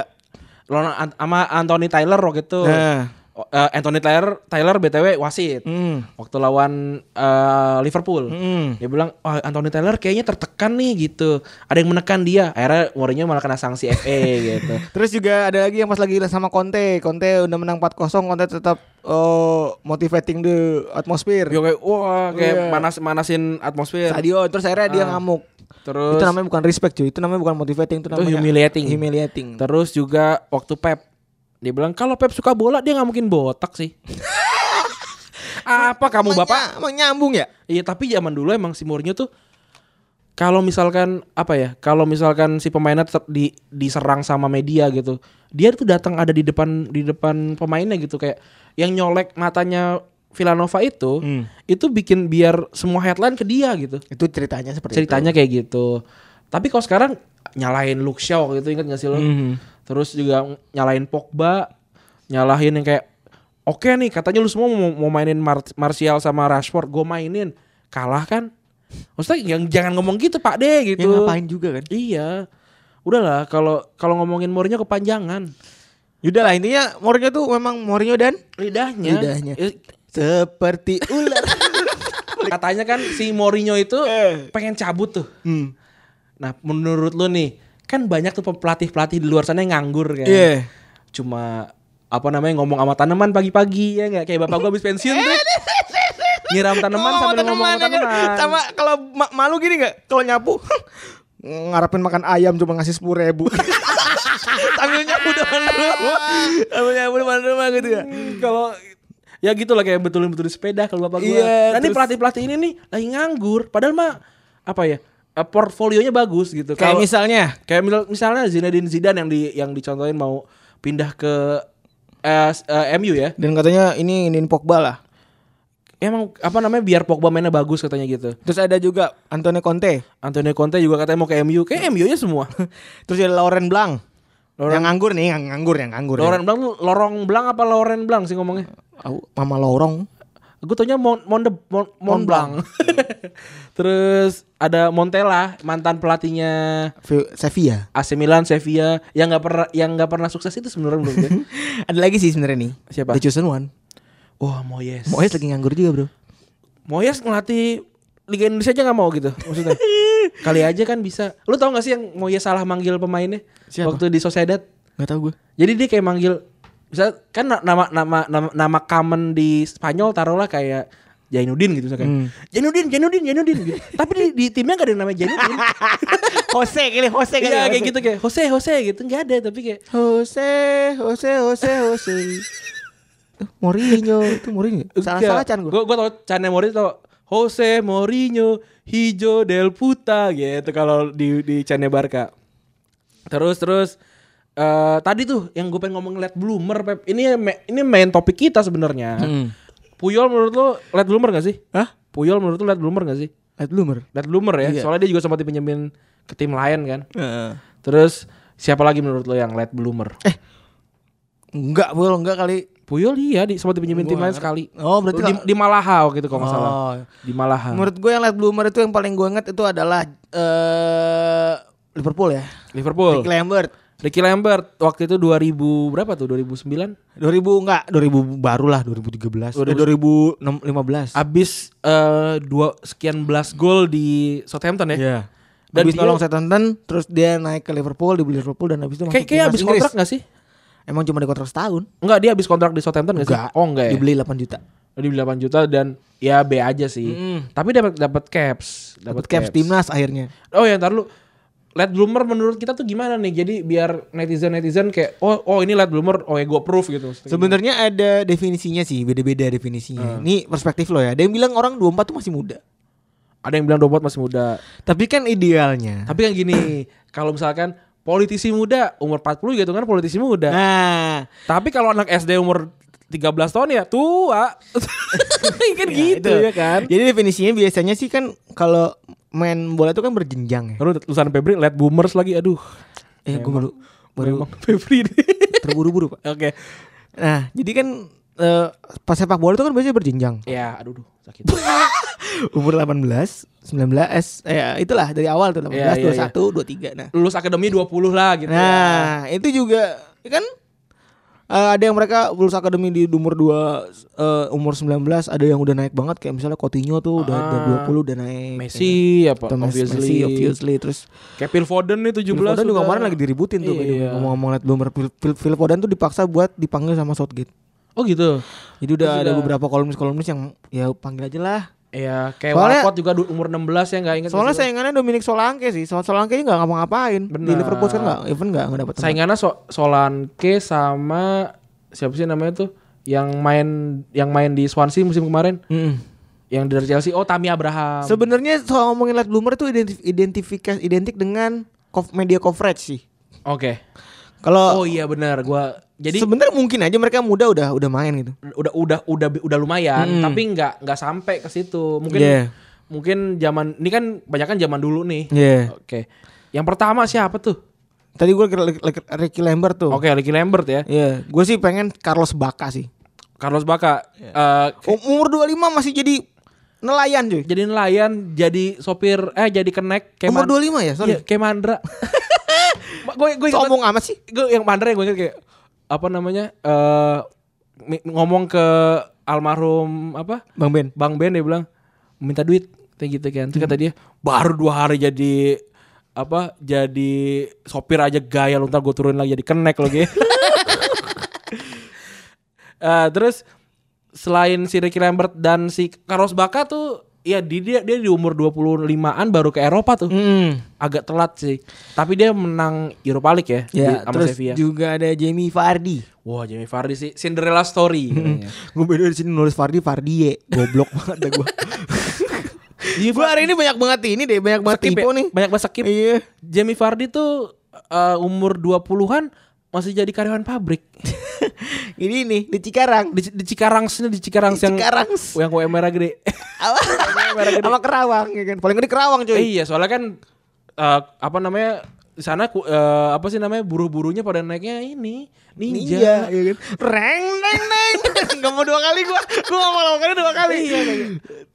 B: sama Anthony Tyler waktu itu.
C: Nah.
B: O- eh, Anthony Tyler Tyler BTW wasit.
C: hmm,
B: Waktu lawan eh, Liverpool.
C: Hmm.
B: Dia bilang, "Wah, Anthony Taylor kayaknya tertekan nih gitu. Ada yang menekan dia." Akhirnya Mourinho malah kena sanksi FA gitu.
C: Terus juga ada lagi yang pas lagi sama Conte, Conte udah menang 4-0, Conte tetap eh, motivating the atmosphere.
B: Dia kayak wah, kayak
C: Iya.
B: manas-manasin atmosfer.
C: Stadion, terus akhirnya dia
B: Ah.
C: ngamuk.
B: Terus
C: itu namanya bukan respect cuy, itu namanya bukan motivating, itu namanya
B: humiliating.
C: Humiliating.
B: Terus juga waktu Pep dia bilang kalau Pep suka bola dia nggak mungkin botak sih. Apa kamu
C: Emang
B: bapak?
C: ny- emang nyambung ya?
B: Iya tapi zaman dulu emang si Mourinho tuh kalau misalkan apa ya? Kalau misalkan si pemainnya tetap di diserang sama media gitu, dia tuh datang ada di depan di depan pemainnya gitu kayak yang nyolek matanya Villanova itu,
C: Hmm.
B: itu bikin biar semua headline ke dia gitu
C: Itu ceritanya seperti
B: ceritanya kayak gitu tapi kalau sekarang nyalahin Luke Shaw waktu itu ingat gak sih
C: Hmm.
B: lo terus juga nyalahin Pogba nyalahin yang kayak oke nih katanya lu semua mau, mau mainin Mar- Martial sama Rashford gue mainin kalah kan maksudnya yang jangan ngomong gitu Pak De
C: itu.
B: gitu
C: Ya ngapain juga kan?
B: iya udahlah kalau kalau ngomongin Mourinho kepanjangan
C: Yaudah lah intinya Mourinho tuh memang Mourinho dan
B: lidahnya
C: Lidahnya.
B: Eh,
C: seperti ular.
B: katanya kan si Mourinho itu pengen cabut tuh
C: Hmm.
B: Nah, menurut lu nih, kan banyak tuh pelatih-pelatih di luar sana yang nganggur kan.
C: Iya.
B: Cuma apa namanya ngomong sama tanaman pagi-pagi ya nggak kayak bapak gua habis pensiun tuh. Nyiram tanaman
C: Ngomong
B: sambil ngomong sama
C: aja.
B: tanaman.
C: Oh, Sama kalau ma- malu gini nggak? Kalau nyapu ngarepin makan ayam cuma ngasih sepuluh ribu. Sambil nyapu depan rumah, sambil nyapu depan rumah gitu ya.
B: Kalau ya gitu lah kayak betulin-betulin sepeda kalau bapak gua. Dan nih
C: Iya, terus-
B: pelatih-pelatih ini nih lagi nganggur padahal mah apa ya? eh, portfolionya bagus gitu.
C: Kayak
B: Kalau-
C: misalnya,
B: Kayak misal- misalnya Zinedine Zidane yang di yang dicontohin mau pindah ke eh, s- eh, MU ya.
C: dan katanya ini ini Pogba lah.
B: Emang apa namanya biar Pogba mainnya bagus katanya gitu.
C: Terus ada juga Antonio Conte.
B: Antonio Conte juga katanya mau ke MU, kayak MU nya semua.
C: Terus ada Lauren Blanc.
B: Lauren-
C: Yang nganggur nih, yang nganggur ya. yang nganggur.
B: Loren Blanc tuh lorong Blanc apa Loren Blanc sih ngomongnya?
C: Au, Mama Lorong.
B: Gue taunya Mon Monde Mon, Mon
C: Mont Blanc.
B: Blanc. Terus ada Montella, mantan pelatihnya
C: Fe- Sevilla.
B: AC Milan, Sevilla yang nggak pernah yang nggak pernah sukses itu sebenarnya belum dia.
C: Ada lagi sih sebenarnya nih.
B: Siapa?
C: The Chosen One.
B: Wah, Moyes.
C: Moyes lagi nganggur juga bro.
B: Moyes ngelatih Liga Indonesia aja nggak mau gitu maksudnya. Kali aja kan bisa. Lu tau gak sih yang Moyes salah manggil pemainnya
C: Siapa?
B: waktu di Sociedad?
C: Gak tau gue.
B: Jadi dia kayak manggil bisa kan na- nama nama nama nama common di Spanyol taruhlah kayak Jainuddin gitu
C: Hmm.
B: misalkan. Jainuddin, Jainuddin, Jainuddin gitu. Tapi di, di timnya gak ada yang namanya Jainuddin.
C: Jose kali ya, Jose
B: Iya kayak gitu kayak Jose, Jose gitu nggak ada tapi kayak
C: Jose Jose Jose Jose. Eh, Mourinho itu Mourinho. ya? Salah salah Chan gue.
B: Gue gue tau Chan Mourinho tau Jose Mourinho Hijo Del Puta gitu kalau di di Chan Barca. Terus terus eh tadi tuh yang gue pengen ngomong late bloomer Pep. Ini me- ini main topik kita sebenarnya. Puyol menurut lo late bloomer gak sih?
C: Hah?
B: Puyol menurut lo late bloomer gak sih?
C: Light bloomer.
B: Late bloomer ya. Soalnya dia juga sempat dipinjemin ke tim lain kan. Terus siapa lagi menurut lo yang late bloomer?
C: Enggak bol enggak kali.
B: Puyol iya di sempat dipinjemin tim lain sekali.
C: Oh berarti
B: di, di Malaha gitu kalau nggak salah.
C: Oh.
B: Di Malaha.
C: Menurut gue yang late bloomer itu yang paling gue inget itu adalah eh Liverpool ya.
B: Liverpool.
C: Rick Lambert.
B: Ricky Lambert waktu itu 2000 berapa tuh? 2009.
C: 2000 enggak, 2000 baru lah 2013. Udah 2015.
B: Abis eh, dua sekian belas gol di Southampton ya.
C: Iya.
B: Dan
C: habis
B: dia-
C: nolong Southampton, terus dia naik ke Liverpool, dibeli Liverpool dan habis itu langsung
B: Kayak kayak
C: timnas
B: abis
C: Inggris.
B: kontrak gak sih?
C: Emang cuma di kontrak setahun?
B: Enggak, dia abis kontrak di Southampton gak sih? Oh enggak ya.
C: Dibeli 8 juta.
B: Dibeli 8 juta dan ya B aja sih. Tapi dapat dapat caps,
C: Dapat caps timnas akhirnya.
B: Oh ya, ntar lu late bloomer menurut kita tuh gimana nih? Jadi biar netizen-netizen kayak oh oh ini late bloomer, oh ya gue proof gitu.
C: Sebenarnya ada definisinya sih, beda-beda
B: Hmm.
C: definisinya. Ini perspektif lo ya. Ada yang bilang orang 24 tuh masih muda.
B: Ada yang bilang Dobot masih muda.
C: Tapi kan idealnya.
B: Tapi kan gini, kalau misalkan politisi muda umur 40 gitu kan politisi muda.
C: Nah,
B: Tapi kalau anak SD umur 13 tahun ya tua. kan gitu
C: itu.
B: ya kan.
C: Jadi definisinya biasanya sih kan kalau main bola itu kan berjenjang ya.
B: Terus tulisan Febri late boomers lagi aduh.
C: Eh, gue baru baru
B: Memang Febri ini.
C: terburu-buru pak.
B: Oke.
C: Nah, jadi kan eh, pas sepak bola itu kan biasanya berjenjang.
B: Ya, aduh duh, sakit.
C: Umur 18, 19, eh, itulah dari awal tuh 18,
B: Iya, iya,
C: 21, 23. Nah,
B: Lulus akademi 20 lah gitu. ya.
C: Nah, itu juga kan eh, ada yang mereka lulus akademi di umur 2 umur 19, ada yang udah naik banget kayak misalnya Coutinho tuh udah udah 20 udah
B: Ah,
C: naik. gitu.
B: Messi apa
C: Atau Mes-
B: obviously.
C: iya, Messi, obviously. Terus
B: Kayak Phil Foden nih 17.
C: Phil Foden juga
B: udah.
C: kemarin lagi diributin tuh
B: Iya.
C: kayak ngomong-ngomong liat bloomer Phil, Phil- Phil Foden tuh dipaksa buat dipanggil sama Southgate.
B: Oh gitu.
C: Jadi
B: Terus
C: udah ada
B: udah-
C: beberapa kolumnis-kolumnis yang ya panggil aja lah.
B: Iya, kayak
C: Soalnya-
B: Walcott juga du- umur 16 ya enggak ingat.
C: Soalnya saingannya Dominic Solanke sih. Soal Solanke nggak ngapa-ngapain. Di
B: Benar.
C: Liverpool kan nggak even nggak nggak dapat.
B: saingannya so Solanke sama siapa sih namanya tuh yang main yang main di Swansea musim kemarin yang dari Chelsea oh Tammy Abraham
C: Sebenarnya soal ngomongin late bloomer itu identif identifikasi identik dengan cov- media coverage sih.
B: oke
C: Kalau
B: oh iya benar gua jadi
C: sebenarnya mungkin aja mereka muda udah udah main gitu.
B: udah udah udah udah lumayan tapi nggak nggak sampai ke situ mungkin
C: Iya.
B: mungkin zaman ini kan banyak kan zaman dulu nih
C: Iya.
B: oke yang pertama siapa tuh
C: Tadi gue kira li- li- Ricky Lambert tuh.
B: oke Ricky Lambert ya
C: Iya, gue sih pengen Carlos Baca sih.
B: Carlos Baca Eh,
C: Um- Umur 25 masih jadi nelayan cuy.
B: jadi nelayan jadi sopir eh jadi kenek kayak
C: Umur
B: man-
C: 25 ya, sorry.
B: Iya, kayak Mandra. gue gue
C: Sombong amat sih.
B: Gue yang Mandra yang gue inget kayak apa namanya? eh mi- ngomong ke almarhum apa?
C: Bang Ben.
B: Bang Ben dia bilang minta duit kayak gitu kan. Terus kata dia baru dua hari jadi apa? Jadi sopir aja gaya lu ntar gue turunin lagi jadi kenek lagi. Eh terus selain si Ricky Lambert dan si Carlos Baca tuh ya di- dia dia di umur 25-an baru ke Eropa tuh
C: Hmm.
B: agak telat sih. Tapi dia menang Europa League ya, di-
C: Ya,
B: sama
C: terus
B: Sevilla.
C: juga ada Jamie Vardy.
B: Wah, Jamie Vardy sih Cinderella story
C: Hmm.
B: katanya.
C: Gue beda Iya. di sini nulis Vardy Vardy goblok banget dah gue. gue hari ini banyak banget ini deh, banyak banget
B: Iya, Skip
C: tipe
B: ya?
C: nih.
B: Banyak banget skip.
C: Iya.
B: Jamie Vardy tuh eh, umur 20-an masih jadi karyawan pabrik.
C: Ini nih di Cikarang.
B: di, di Cikarang sini di Cikarang
C: Di
B: yang
C: Cikarang.
B: yang UMR gede.
C: Sama Kerawang ya kan. Paling gede Kerawang
B: Eh,
C: cuy.
B: iya, soalnya kan eh, apa namanya di sana ku- eh, apa sih namanya buruh-burunya pada naiknya ini ninja.
C: Iya, iya kan. Reng neng neng. Enggak mau dua kali gua. Gua nggak mau lakukannya dua kali. Iya,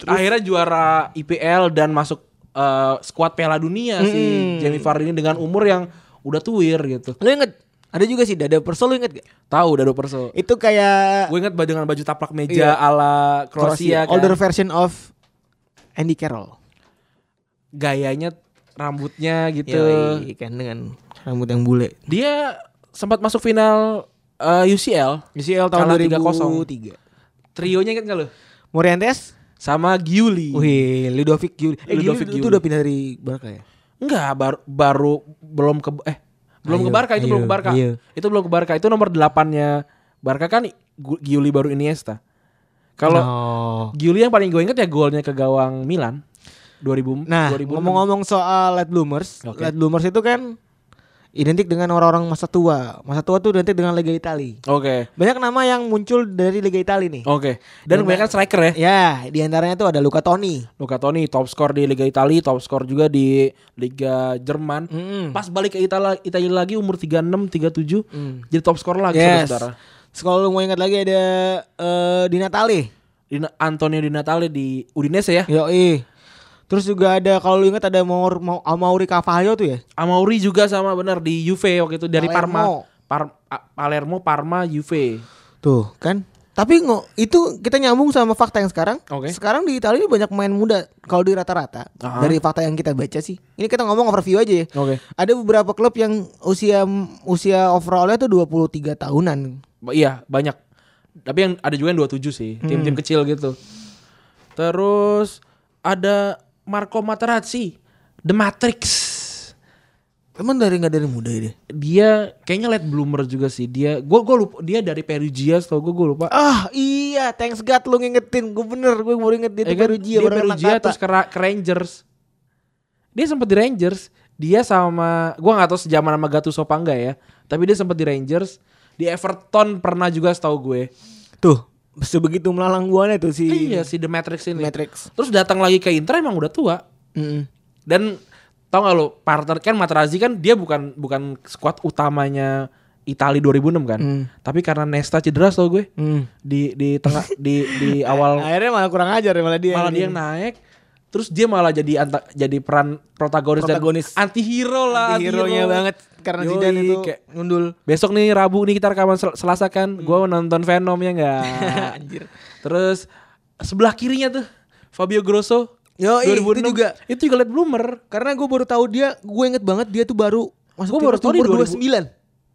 B: Akhirnya juara IPL dan masuk eh, skuad Piala Dunia sih Jamie Vardy ini dengan umur yang udah tuir gitu.
F: Lu inget? Ada juga sih Dada Perso lu inget gak?
B: Tahu Dado Perso.
C: Itu kayak
B: Gue inget ba- dengan baju taplak
F: Iya.
B: meja ala Kroasia kan.
C: older version of Andy Carroll.
B: Gayanya rambutnya gitu.
F: Yoi, kan dengan rambut yang bule.
B: Dia sempat masuk final eh, UCL.
C: UCL tahun
B: Kalah
C: 2003.
B: Trionya inget gak lu?
C: Morientes?
B: Sama Giuli.
F: Wih, Ludovic Giuli. Eh,
B: Ludovic
F: Giuli itu
B: Giuli.
F: udah pindah dari Barca ya?
B: Enggak, baru, baru belum ke eh belum
F: Ayo,
B: ke Barca itu
F: ayo, iya.
B: belum ke Barca.
F: ayo.
B: Itu belum ke Barca. Itu nomor delapannya Barca kan Gu- Giuli baru Iniesta. Kalau
F: Oh.
B: Giuli yang paling gue inget ya golnya ke gawang Milan 2000
C: Nah,
B: 2006.
C: ngomong-ngomong soal late bloomers,
B: Oke.
C: late bloomers itu kan identik dengan orang-orang masa tua. Masa tua tuh identik dengan Liga Italia.
B: Oke.
C: Banyak nama yang muncul dari Liga Italia nih.
B: Oke.
F: Nah,
B: Dan kebanyakan striker ya.
C: Ya, di antaranya tuh ada Luca Toni.
B: Luca Toni top skor di Liga Italia, top skor juga di Liga Jerman.
F: Hmm.
B: Pas balik ke Italia, Italia lagi umur 36, 37
F: Hmm.
B: jadi top skor lagi
C: Yes.
B: saudara.
C: Terus Kalau lu mau ingat lagi ada eh, Di Natale.
B: Di Antonio Di Natale di Udinese ya.
C: Yoi. Terus juga ada kalau lu ingat ada Maur, Mau Amauri Cavallo tuh ya.
B: Amauri juga sama benar di Juve waktu itu dari
C: Palermo.
B: Parma. Par- A- Palermo, Parma, Juve.
C: Tuh, kan? Tapi ngo, itu kita nyambung sama fakta yang sekarang.
B: Oke.
C: Sekarang di Italia ini banyak pemain muda kalau di rata-rata
B: Aha.
C: dari fakta yang kita baca sih. Ini kita ngomong overview aja ya.
B: Oke.
C: Ada beberapa klub yang usia usia overallnya tuh 23 tahunan.
B: Ba- Iya, banyak. Tapi yang ada juga yang 27 sih, tim-tim kecil gitu. Terus ada Marco Materazzi, The Matrix.
C: Emang dari nggak dari muda ya dia?
B: Dia kayaknya late bloomer juga sih. Dia gua gua lupa dia dari Perugia, kalau gua gua lupa.
C: Ah iya, thanks God lu ngingetin. Gue bener, gue baru inget dia
B: Eh,
C: tuh
B: kan,
C: Perugia.
B: dia
C: orang
B: Perugia
C: Nakata.
B: terus ke, Ra- ke Rangers. Dia sempat di Rangers. Dia sama gua nggak tahu sejaman sama Gattuso apa enggak ya. Tapi dia sempat di Rangers, di Everton pernah juga setahu gue.
C: Tuh, sebegitu melalang buana tuh si
B: Iya si The Matrix ini.
C: Matrix.
B: Terus datang lagi ke Inter emang udah tua.
C: Mm-mm.
B: Dan tau gak lo partner kan Materazzi kan dia bukan bukan skuad utamanya Itali 2006 kan. Tapi karena Nesta cedera tau gue
C: Mm.
B: di di tengah di di awal
C: Akhirnya malah kurang ajar ya, malah dia.
B: malah dia yang naik terus dia malah jadi anta- jadi peran protagonis,
C: Protagonis.
B: anti hero lah
C: hero-nya
B: antihero.
C: banget karena
B: Yoi,
C: Zidane itu
B: kayak,
C: ngundul.
B: besok nih Rabu nih kita rekaman sel- Selasa kan
C: Hmm.
B: gua nonton Venom ya enggak
C: Anjir.
B: terus sebelah kirinya tuh Fabio Grosso
C: Yoi, Oh, iya, itu
B: 2006.
C: juga.
B: itu juga late bloomer
C: Karena gue baru tahu dia, gue inget banget dia tuh baru masuk
B: Gua baru
C: timnas
B: tahu di
C: umur
B: 2000.
C: 29.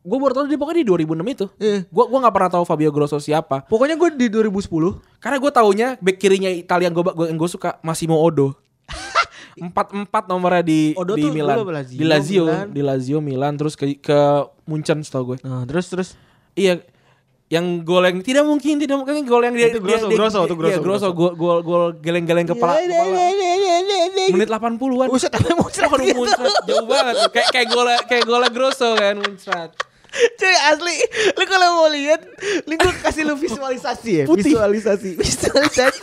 B: gue baru tau dia pokoknya di 2006 itu
C: Iya.
B: gua gua nggak pernah tahu Fabio Grosso siapa
C: Pokoknya gue di 2010
B: karena gue taunya back kirinya Italia yang gue yang gue suka Massimo Odo empat empat nomornya di
C: Odo
B: di
C: tuh
B: Milan
C: dulu apa Lazio,
B: di Lazio
C: Milan?
B: di Lazio Milan terus ke ke Munchen setahu gue
C: Nah terus terus
B: iya yang gol yang tidak mungkin tidak mungkin gol yang dia
C: Itu Grosso, Grosso, itu
B: dia-
C: Grosso,
B: iya, Grosso gol gol gol geleng-geleng
C: Iya,
B: kepala, kepala. menit 80-an
C: Buset apa yang muncrat
B: Waduh,
C: gitu?
B: muncrat jauh banget kayak kayak gol kayak gol Grosso kan muncrat
C: Cuy asli Lu kalau mau lihat Lu gue kasih lu visualisasi ya
B: Putih.
C: Visualisasi Visualisasi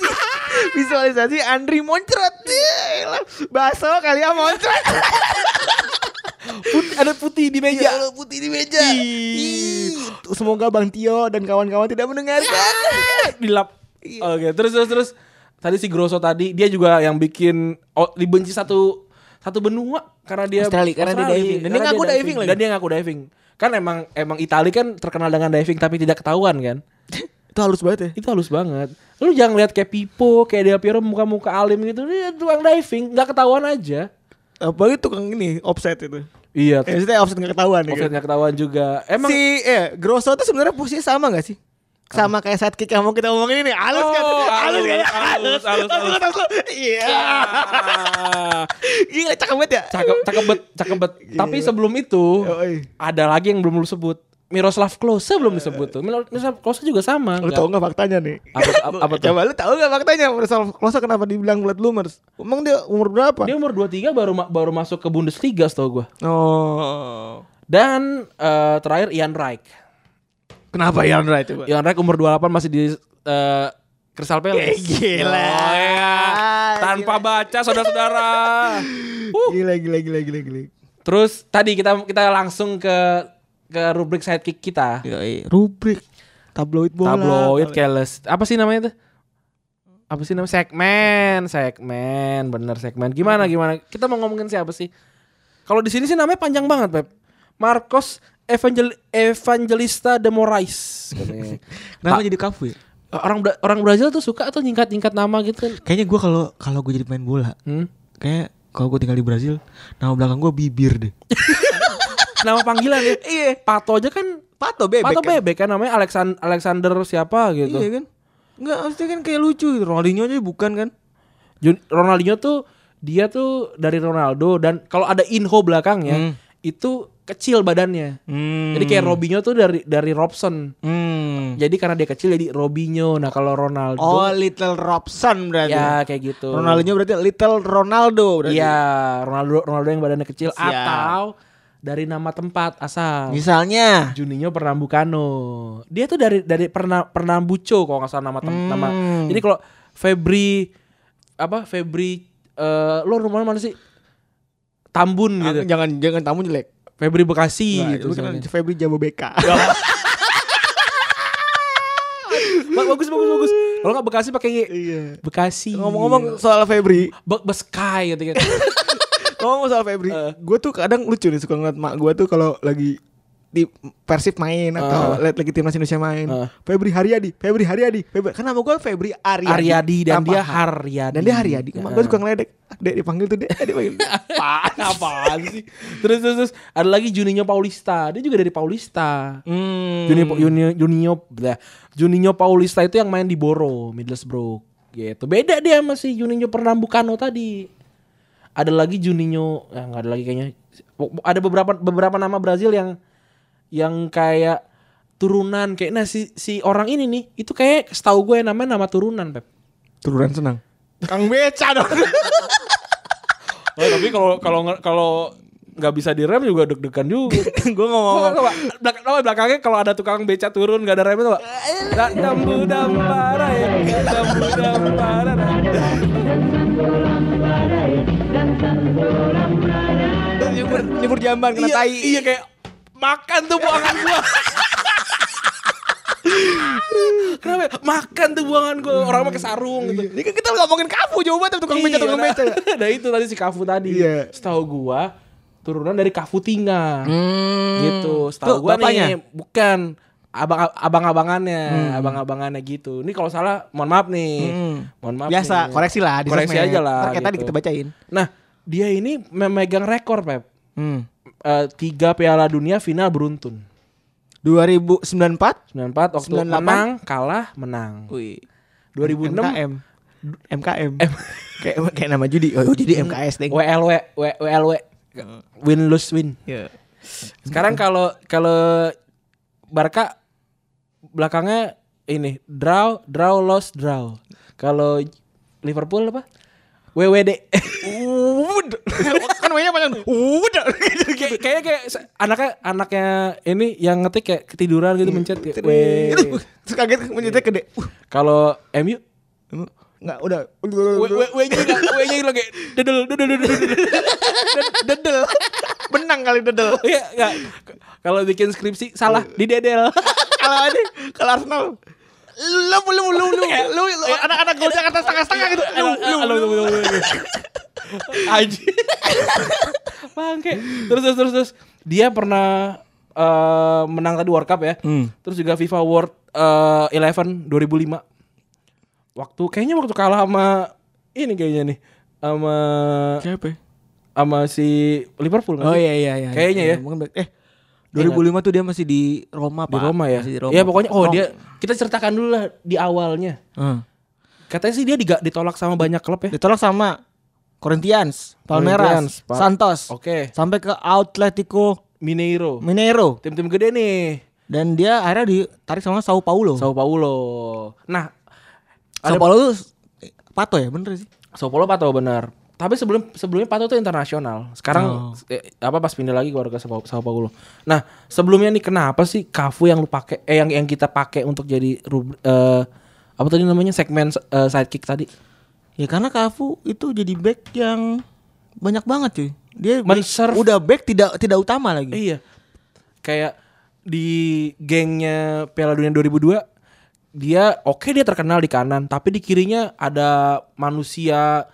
C: Visualisasi Andri muncrat Yelah, Baso kali ya muncrat
B: Put- ada putih di meja
C: Ya Allah, putih di meja Ih. Semoga Bang Tio dan kawan-kawan tidak mendengarkan
B: dilap.
C: Iya.
B: Oke, terus terus terus tadi si Grosso tadi dia juga yang bikin oh, dibenci satu satu benua karena dia
C: Australia, karena dia diving. Dan dia
B: karena
C: ngaku diving lagi.
B: Dan dia ngaku diving. Kan emang emang Italia kan terkenal dengan diving tapi tidak ketahuan kan.
C: Itu halus banget ya
B: Itu halus banget. Lu jangan lihat kayak Pipo, kayak Del Piero muka-muka alim gitu. Dia tukang diving, nggak ketahuan aja.
C: Apalagi tukang ini Offset itu
B: Iya,
C: Eh maksudnya offset gak ketahuan ya
B: Covid
C: kan?
B: nggak ketahuan juga. Emang
C: Si eh, Grosso tuh sebenarnya posisinya sama gak sih? Sama kayak sidekick yang mau kita omongin ini Halus kan?
B: Oh,
C: Halus kan?
B: halus, halus, halus,
C: Langsung, langsung. Iya
B: Ah,
C: Gila cakep banget ya
B: cakep cakep bet, cakep bet. Tapi sebelum itu,
C: Yoi.
B: ada lagi yang belum lu sebut. Miroslav Klose belum disebut tuh. Miro- Miroslav Klose juga sama.
C: Lu
B: nggak?
C: tau gak faktanya nih?
B: Apa, apa, apa tuh?
C: Coba lu tau gak faktanya Marcel Klose kenapa dibilang blood bloomers? Emang dia umur berapa?
B: Dia umur 23 baru ma- baru masuk ke Bundesliga setahu gua.
C: Oh
B: Dan eh, terakhir Ian Reich.
C: Kenapa ya, Ian Wright coba?
B: Ian Reich umur 28 masih di eh, Crystal Palace.
C: Eh, gila. Ah,
B: Oh, iya. Tanpa baca saudara-saudara. Uh,
C: Gila gila gila gila gila
B: Terus tadi kita kita langsung ke ke rubrik sidekick kita.
C: Yoi, rubrik tabloid bola. ya.
B: Tabloid careless. Apa sih namanya tuh? Apa sih namanya? Segmen, segmen, bener segmen. Gimana gimana? Kita mau ngomongin siapa sih? Kalau di sini sih namanya panjang banget, Pep. Marcos Evangel Evangelista de Morais. katanya.
C: Kenapa
B: Ta-
C: jadi kafu ya?
B: orang Bra- orang Brazil tuh suka tuh nyingkat-nyingkat nama gitu kan.
C: Kayaknya gue kalau kalau gue jadi pemain bola,
B: Hmm?
C: kayak kalau gue tinggal di Brazil, nama belakang gue bibir deh.
B: Nama panggilan ya. Iya. Pato aja kan
C: Pato bebek.
B: Pato
C: kan?
B: bebek kan namanya Alexan- Alexander siapa gitu.
C: Iya kan? Enggak, maksudnya kan kayak lucu gitu. Ronaldinho aja bukan kan?
B: Jun- Ronaldinho tuh dia tuh dari Ronaldo dan kalau ada Inho belakangnya
C: Hmm.
B: itu kecil badannya.
C: Hmm.
B: Jadi kayak Robinho tuh dari dari Robson.
C: Hmm.
B: Jadi karena dia kecil jadi Robinho. Nah, kalau Ronaldo
C: Oh, iya, Little Robson berarti.
B: ya kayak gitu.
C: Ronaldinho berarti Little Ronaldo berarti.
B: Iya, Ronaldo Ronaldo yang badannya kecil
C: Siap.
B: atau dari nama tempat asal.
C: Misalnya.
B: Juninho Pernambucano. Dia tuh dari dari Perna, Pernambuco kalau nggak salah nama tem-
D: Hmm.
B: nama. Jadi kalau Febri apa Febri eh, lo rumahnya mana sih? Tambun gitu.
D: Jangan jangan tamu jelek.
B: Febri Bekasi
D: Nah,
B: gitu.
D: lu kan
B: sebenarnya.
D: Febri Jababeka.
B: Ba- bagus bagus bagus. Kalau nggak Bekasi pakai Bekasi.
D: Iya. Ngomong-ngomong soal Febri,
B: Be- Beskai gitu kan.
D: ngomong soal Febri,
B: Eh.
D: gue tuh kadang lucu nih suka ngeliat mak gue tuh kalau lagi di Persib main atau
B: Eh.
D: liat lagi timnas Indonesia main.
B: Ah.
D: Febri Haryadi, Febri Haryadi, Febri. Kan nama gue Febri Aryadi.
B: Aryadi dan
D: tanpa
B: dia
D: H.
B: Haryadi. Eh.
D: Dan dia Haryadi. Mak gue suka ngeledek. Ah, Dek dipanggil tuh, Dek. Dek panggil.
B: apaan? apaan sih? Terus terus, terus. ada lagi Juninho Paulista. Dia juga dari Paulista.
C: Hmm.
B: Juni Junio Junio blah. Juninho Paulista itu yang main di Boro Middlesbrough gitu. Beda dia sama si Juninho Pernambucano tadi. Ada lagi Juninho, ya nggak ada lagi kayaknya. Ada beberapa beberapa nama Brazil yang yang kayak turunan kayak nah si si orang ini nih itu kayak setahu gue namanya nama turunan Pep.
D: Turunan senang. Kang Beca dong.
B: Oh, tapi kalau kalau kalau nggak bisa direm juga deg-degan juga.
C: gue ngomong
B: Oh, belakang, oh, belakangnya kalau ada tukang beca turun gak ada remnya tuh. Pak.
D: Iya.
B: Da- Dambu dampara ya. Dambu dampara. nah.
D: Iya, nyebur, nyebur jamban kena
B: Iya,
D: tai.
B: iya kayak makan tuh buangan gua. Kenapa? ya? Makan tuh buangan gua. Orang pakai sarung gitu.
D: Ini kan kita ngomongin kafu jauh banget tukang beca
B: Iya,
D: tukang beca.
B: nah- Nah, itu tadi si Kafu tadi.
D: Iya.
B: Setahu gua turunan dari Kafu Tinga.
D: Hmm.
B: Gitu. Setahu
C: Tuh,
B: gua
C: bapaknya?
B: nih bukan abang abang-abangannya, abang-abangannya gitu. Ini kalau salah mohon maaf nih. Mohon maaf.
D: Biasa,
B: nih.
D: koreksi lah di
B: Koreksi
D: sosmed.
B: aja lah,
D: Ntar kayak tadi
B: gitu.
D: kita bacain.
B: Nah, dia ini memegang rekor, Pep.
C: Hmm.
B: Eh, tiga Piala Dunia final beruntun.
C: 2094
B: 94 waktu
C: 98.
B: menang, kalah, menang.
C: Wih.
B: 2006
D: MKM. MKM. kayak kayak nama judi. Oh, jadi MKS deh.
B: WLW W- WLW win lose win.
D: Ya.
B: Hmm. Sekarang kalau kalau Barca belakangnya ini draw, draw, loss, draw. Kalau Liverpool apa? WWD.
D: Wood. kan namanya panjang. Wood.
B: Kayak- kayaknya kayak se- anaknya anaknya ini yang ngetik kayak ketiduran gitu mencet kayak
D: Aduh,
B: "W."
D: Gitu. terus kaget menjadi gede. Uh,
B: Kalau MU
D: Enggak, Hmm. udah.
B: W-nya W-nya hilang gitu kayak dedel dedel dedel. dedel.
D: Dedel. Benang kali dedel.
B: Iya, enggak. Kalau bikin skripsi salah di dedel.
D: Kalau ini, kalau Arsenal. Lu lu lu lu lu lu anak-anak gue Jakarta setengah-setengah gitu. Lu lu
B: Aduh, aduh, aduh, aduh. Aji. Bangke. Terus terus terus terus. dia pernah eh, menang tadi World Cup ya.
D: Hmm.
B: Terus juga FIFA World eh, 11 2005. Waktu kayaknya waktu kalah sama ini kayaknya nih sama
D: ya?
C: Siapa?
B: sama si Liverpool nggak
C: Oh
B: sih?
C: iya iya iya.
B: Kayaknya ya.
C: Mungkin baik. Eh 2005 tuh dia masih di Roma,
B: di
C: Pak.
B: Roma ya.
C: Masih di Roma.
B: Ya pokoknya oh
C: Roma.
B: dia kita ceritakan dulu lah di awalnya.
C: Heeh.
B: Katanya sih dia diga, ditolak sama banyak klub ya.
C: Ditolak sama Corinthians,
B: Corinthians,
C: Palmeiras,
B: Pak.
C: Santos.
B: Oke.
C: Sampai ke Atletico
B: Mineiro.
C: Mineiro
B: Tim-tim gede nih.
C: dan dia akhirnya ditarik sama Sao Paulo.
B: Sao
C: Sao,
B: Paulo. Nah, ada-
C: Paulo tuh eh, Pato ya bener sih.
B: Sao Paulo Pato benar. Tapi sebelum sebelumnya Pato tuh internasional. Sekarang eh, apa pas pindah lagi keluarga Sao, Sao Paulo. Nah, sebelumnya nih kenapa sih Kafu yang lu pakai eh yang yang kita pakai untuk jadi rub, eh, apa tadi namanya segmen eh, sidekick tadi?
C: Ya karena Kafu itu jadi back yang banyak banget cuy. Dia
B: Men-serve.
C: udah back tidak tidak utama lagi.
B: Iya. Kayak di gengnya Piala Dunia 2002 dia oke dia terkenal di kanan tapi di kirinya ada manusia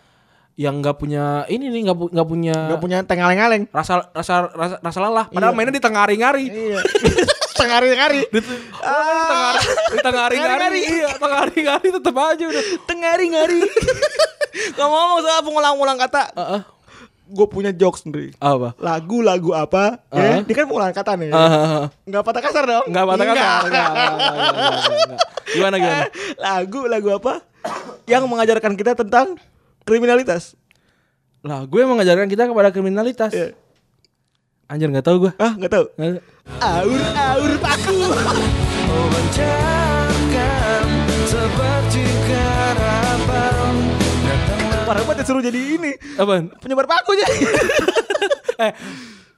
B: yang nggak punya ini nih nggak pu- nggak punya
D: Gak punya tengaleng-aleng.
B: rasa rasa rasa, rasa lelah padahal mainnya di tengah ngari
D: Iya. Tengari-tengari.
B: di tengah ngari iya tengah ngari tetap aja udah
C: Tengari-ngari.
D: Ngomong-ngomong soal pengulang-ulang kata.
B: Heeh.
D: Gue punya jokes sendiri.
B: Ah, apa
D: Lagu-lagu apa?
B: Ah.
D: Ya, dia kan pengulangan kata nih.
B: Heeh.
D: Nggak patah kasar dong.
B: nggak patah kata nggak, nggak, nggak, nggak, nggak, nggak. gimana gimana
D: Lagu-lagu apa? Yang mengajarkan kita tentang kriminalitas.
B: lah gue mengajarkan kita kepada kriminalitas
D: Iya.
B: anjir nggak tahu gue
D: Ah, nggak tahu.
B: Nggak-
D: Aur-aur paku. Parah banget disuruh jadi ini.
B: Apaan?
D: Penyebar paku aja.
B: eh,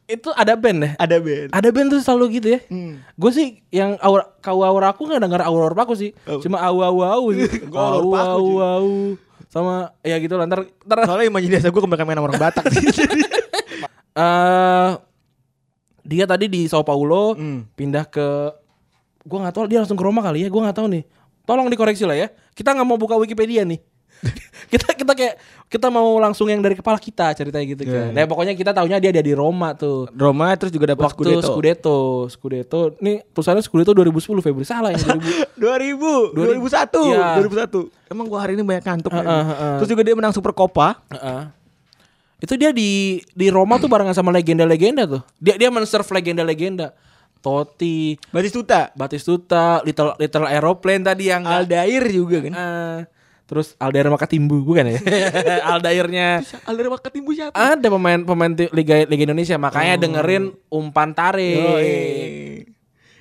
B: itu ada band ya?
D: Ada Ben.
B: Ada band tuh selalu gitu ya.
D: Hmm.
B: Gue sih yang aura kau aura aku nggak denger aura aura aku sih.
D: Apa?
B: Cuma au au au sih.
D: Gua aura
B: au
D: aku,
B: au
D: cuy.
B: au. Sama ya gitu lah ntar ntar
D: Soalnya imajinasi gue kebanyakan main orang Batak sih. Jadi,
B: eh, dia tadi di Sao Paulo pindah ke gue nggak tahu dia langsung ke Roma kali ya. Gue nggak tahu nih. Tolong dikoreksi lah ya. Kita nggak mau buka Wikipedia nih. kita kita kayak kita mau langsung yang dari kepala kita ceritanya gitu kan. Nah, pokoknya kita taunya dia ada di Roma tuh.
C: Roma terus juga dapat
B: waktu Scudetto.
C: Scudetto.
B: Scudetto, Nih tulisannya Scudetto 2010 Februari salah yang
D: 2000, 2001,
B: 2000. Iya.
D: 2001.
C: Emang gua hari ini banyak ngantuk.
B: Heeh,
C: men.
B: heeh.
C: Terus juga dia menang Super Copa.
B: Heeh. Itu dia di di Roma tuh barengan sama legenda-legenda tuh. Dia dia men-serve legenda-legenda. Totti,
D: Batistuta,
B: Batistuta, Little Little Aeroplane tadi
D: Nah.
B: yang
C: Aldair juga kan.
B: Eh, terus Aldair Makatimbu bukan ya? Aldairnya
C: Aldair waktu timbu siapa?
B: ada pemain pemain ti- Liga Liga Indonesia makanya dengerin umpan tarik.
C: Eh.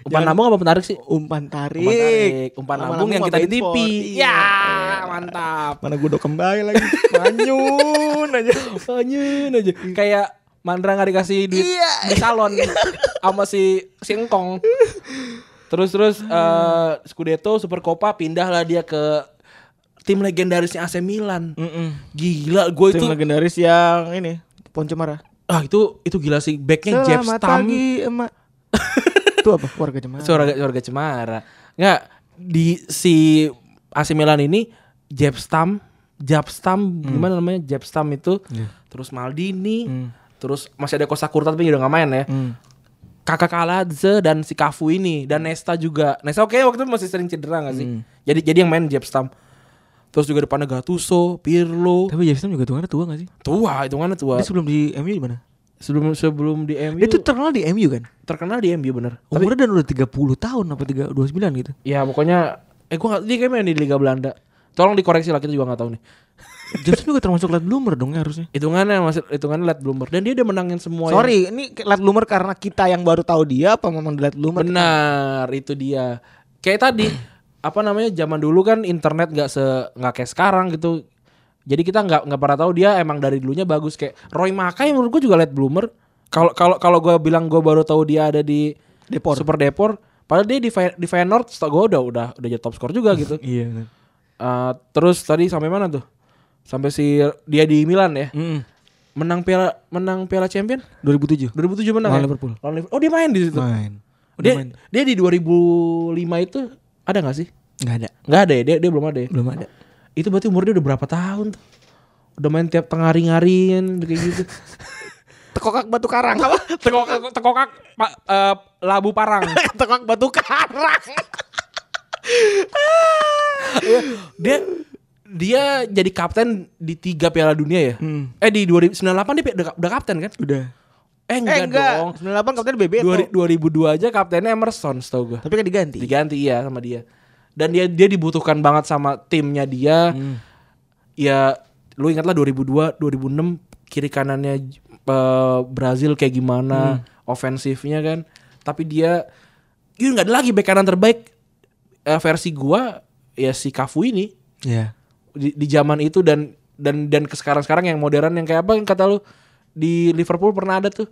B: Umpan lambung apa umpan tarik sih?
D: Eh. umpan tarik.
B: Umpan tarik, umpan lambung yang kita di TV.
D: Ya,
B: Ya, mantap.
D: mana gue udah kembali lagi. Manyun aja.
B: Manyun aja. Kayak Mandra nggak dikasih duit di salon sama si Singkong. Terus terus eh, Scudetto Super Copa pindahlah dia ke tim legendarisnya AC Milan. Gila gue
D: Tim
B: itu
D: legendaris yang ini, Poncemara.
B: ah itu itu gila sih backnya Jeff
D: Selamat
B: Stam.
D: pagi, emak. Itu apa? Warga Jemaah.
B: Suara suara cemara. Nggak di si AC Milan ini Jeff Stam, Jeff Stam gimana namanya? Jeff Stam itu terus Maldini, terus masih ada Kosa Kurta tapi udah nggak main ya.
C: Hmm.
B: kakak Kaladze dan si Kafu ini dan Nesta juga. Nesta oke waktu itu masih sering cedera gak sih? Jadi jadi yang main Jeb Stam. Terus juga depannya Gattuso, Pirlo.
C: Tapi Jefferson juga tuh tua gak sih?
B: Tua hitungannya tua.
C: Dia sebelum di MU di mana?
B: Sebelum sebelum di MU
C: Dia tuh terkenal di MU kan?
B: terkenal di MU bener. Tapi
C: Umurnya dan udah 30 tahun apa 3, 29 gitu.
B: ya pokoknya eh gua gak, dia kayak main di Liga Belanda. Tolong dikoreksi lah kita juga gak tahu nih.
C: Jefferson juga termasuk late bloomer dong ya harusnya.
B: Hitungannya masih hitungannya late bloomer dan dia udah menangin
C: Oh, iya.
B: semua. yang-
D: Sorry, ini late bloomer karena kita yang baru tahu dia apa memang late bloomer?
B: Benar, itu dia. Kayak tadi apa namanya zaman dulu kan internet nggak se nggak kayak sekarang gitu. Jadi kita nggak nggak pernah tahu dia emang dari dulunya bagus kayak Roy Makai menurut gue juga late bloomer. Kalau kalau kalau gue bilang gue baru tahu dia ada di
D: Depor.
B: Super Depor, padahal dia di Fe- di Feyenoord gue udah udah udah jadi top skor juga gitu.
C: Iya benar.
B: Eh, terus tadi sampai mana tuh? Sampai si dia di Milan ya. Menang Piala menang Piala Champion
C: 2007.
B: 2007 menang
C: Lawan
B: ya?
C: Liverpool.
B: Lawan Liverpool. Oh, dia main di situ.
C: Main.
B: Dia, dia di 2005 itu ada gak sih?
C: Enggak ada.
B: Nggak ada ya, dia, dia belum ada ya?
C: Belum ada.
B: Itu berarti umurnya udah berapa tahun tuh? Udah main tiap tengah ngarin kayak gitu.
D: Tekokak batu karang apa?
B: tekokak tekokak pa- eh, labu parang.
D: Tekokak batu karang.
B: dia dia jadi kapten di tiga Piala Dunia ya? Eh di 2098 dia pi- udah, udah kapten kan?
C: Hmm. Udah.
D: eh
B: Eh enggak,
D: enggak,
B: dong.
D: 98 kapten
C: Iya
D: BB
B: Dua- 2002 aja kaptennya Emerson setahu gue.
C: Tapi kan diganti.
B: diganti iya sama dia dan dia dia dibutuhkan banget sama timnya dia
C: Hmm.
B: ya lu ingatlah 2002 2006 kiri kanannya eh, Brazil kayak gimana ofensifnya kan tapi dia ini nggak ada lagi bek kanan terbaik Eh, versi gua ya si Kafu ini
C: Iya.
B: di, di zaman itu dan dan dan ke sekarang sekarang yang modern yang kayak apa yang kata lu di Liverpool pernah ada tuh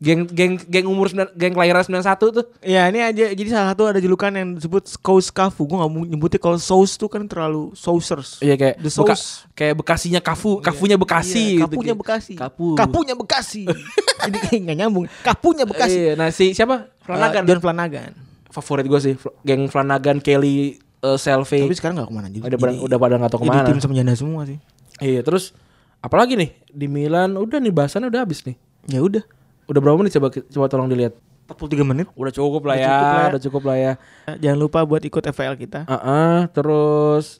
B: Geng geng geng umur 9, geng kelahiran 91 tuh.
C: Ya ini aja jadi salah satu ada julukan yang disebut Sous Kafu. Gue nggak mau nyebutnya kalau Sous tuh kan terlalu Sousers.
B: Iya kayak
C: The
B: Beka-
C: Sauce.
B: kayak Bekasinya Kafu, Kafunya Bekasi.
C: Iya,
B: gitu.
C: kapunya Bekasi.
B: Kapu.
C: Kapunya Bekasi. Jadi kayak nggak nyambung. Kapunya Bekasi.
B: Iya, nah si siapa? Flanagan.
C: Eh, John Flanagan.
B: Favorit gue sih, Fl- geng Flanagan, Kelly, eh, Selfie.
C: Tapi sekarang nggak kemana juga.
B: Udah pada- udah pada nggak tahu kemana.
C: Jadi tim semenjana semua sih.
B: Iya, terus apalagi nih di Milan udah nih bahasannya udah habis nih.
C: Ya udah.
B: Udah berapa menit coba coba tolong dilihat.
C: 43 menit.
B: Udah cukup lah
C: Udah
B: ya,
C: cukup lah ya.
B: udah cukup lah ya.
C: Jangan lupa buat ikut FPL kita.
B: Heeh, terus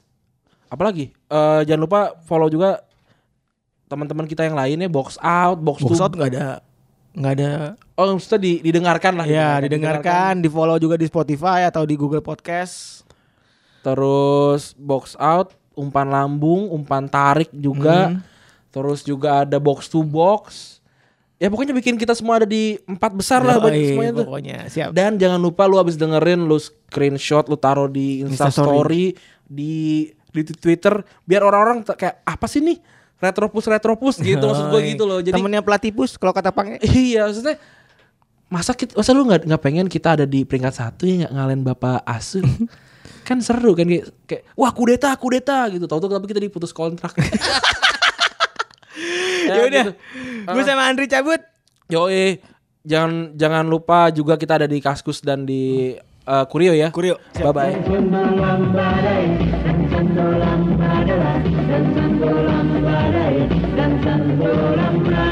B: apalagi? Eh jangan lupa follow juga teman-teman kita yang lainnya box out, box,
C: Box
B: to-
C: out nggak ada nggak ada
B: Oh, maksudnya di, didengarkan lah. gitu
C: ya didengarkan, di follow juga di Spotify atau di Google Podcast.
B: Terus box out, umpan lambung, umpan tarik
C: Hmm.
B: juga. Terus juga ada box to box. Ya pokoknya bikin kita semua ada di empat besar lah buat
C: Yoi,
B: semuanya tuh.
C: Ya, iya, pokoknya siap.
B: Dan jangan lupa lu abis dengerin lu screenshot lu taruh di Insta story di di Twitter biar orang-orang te- kayak apa sih nih retropus retropus gitu maksud gua
C: Yoi.
B: gitu loh. Jadi
C: temennya pelatih pus kalau kata pange.
B: iya maksudnya masa kita masa lu nggak nggak pengen kita ada di peringkat satu ya nggak ngalahin bapak asuh kan seru kan kayak, kayak wah kudeta kudeta gitu tau tuh tapi kita diputus kontrak gitu.
C: Ya udah. Gue sama Andri cabut.
B: Yoi, jangan jangan lupa juga kita ada di Kaskus dan di eh, Kurio ya.
C: Kurio.
B: Bye bye.
E: dan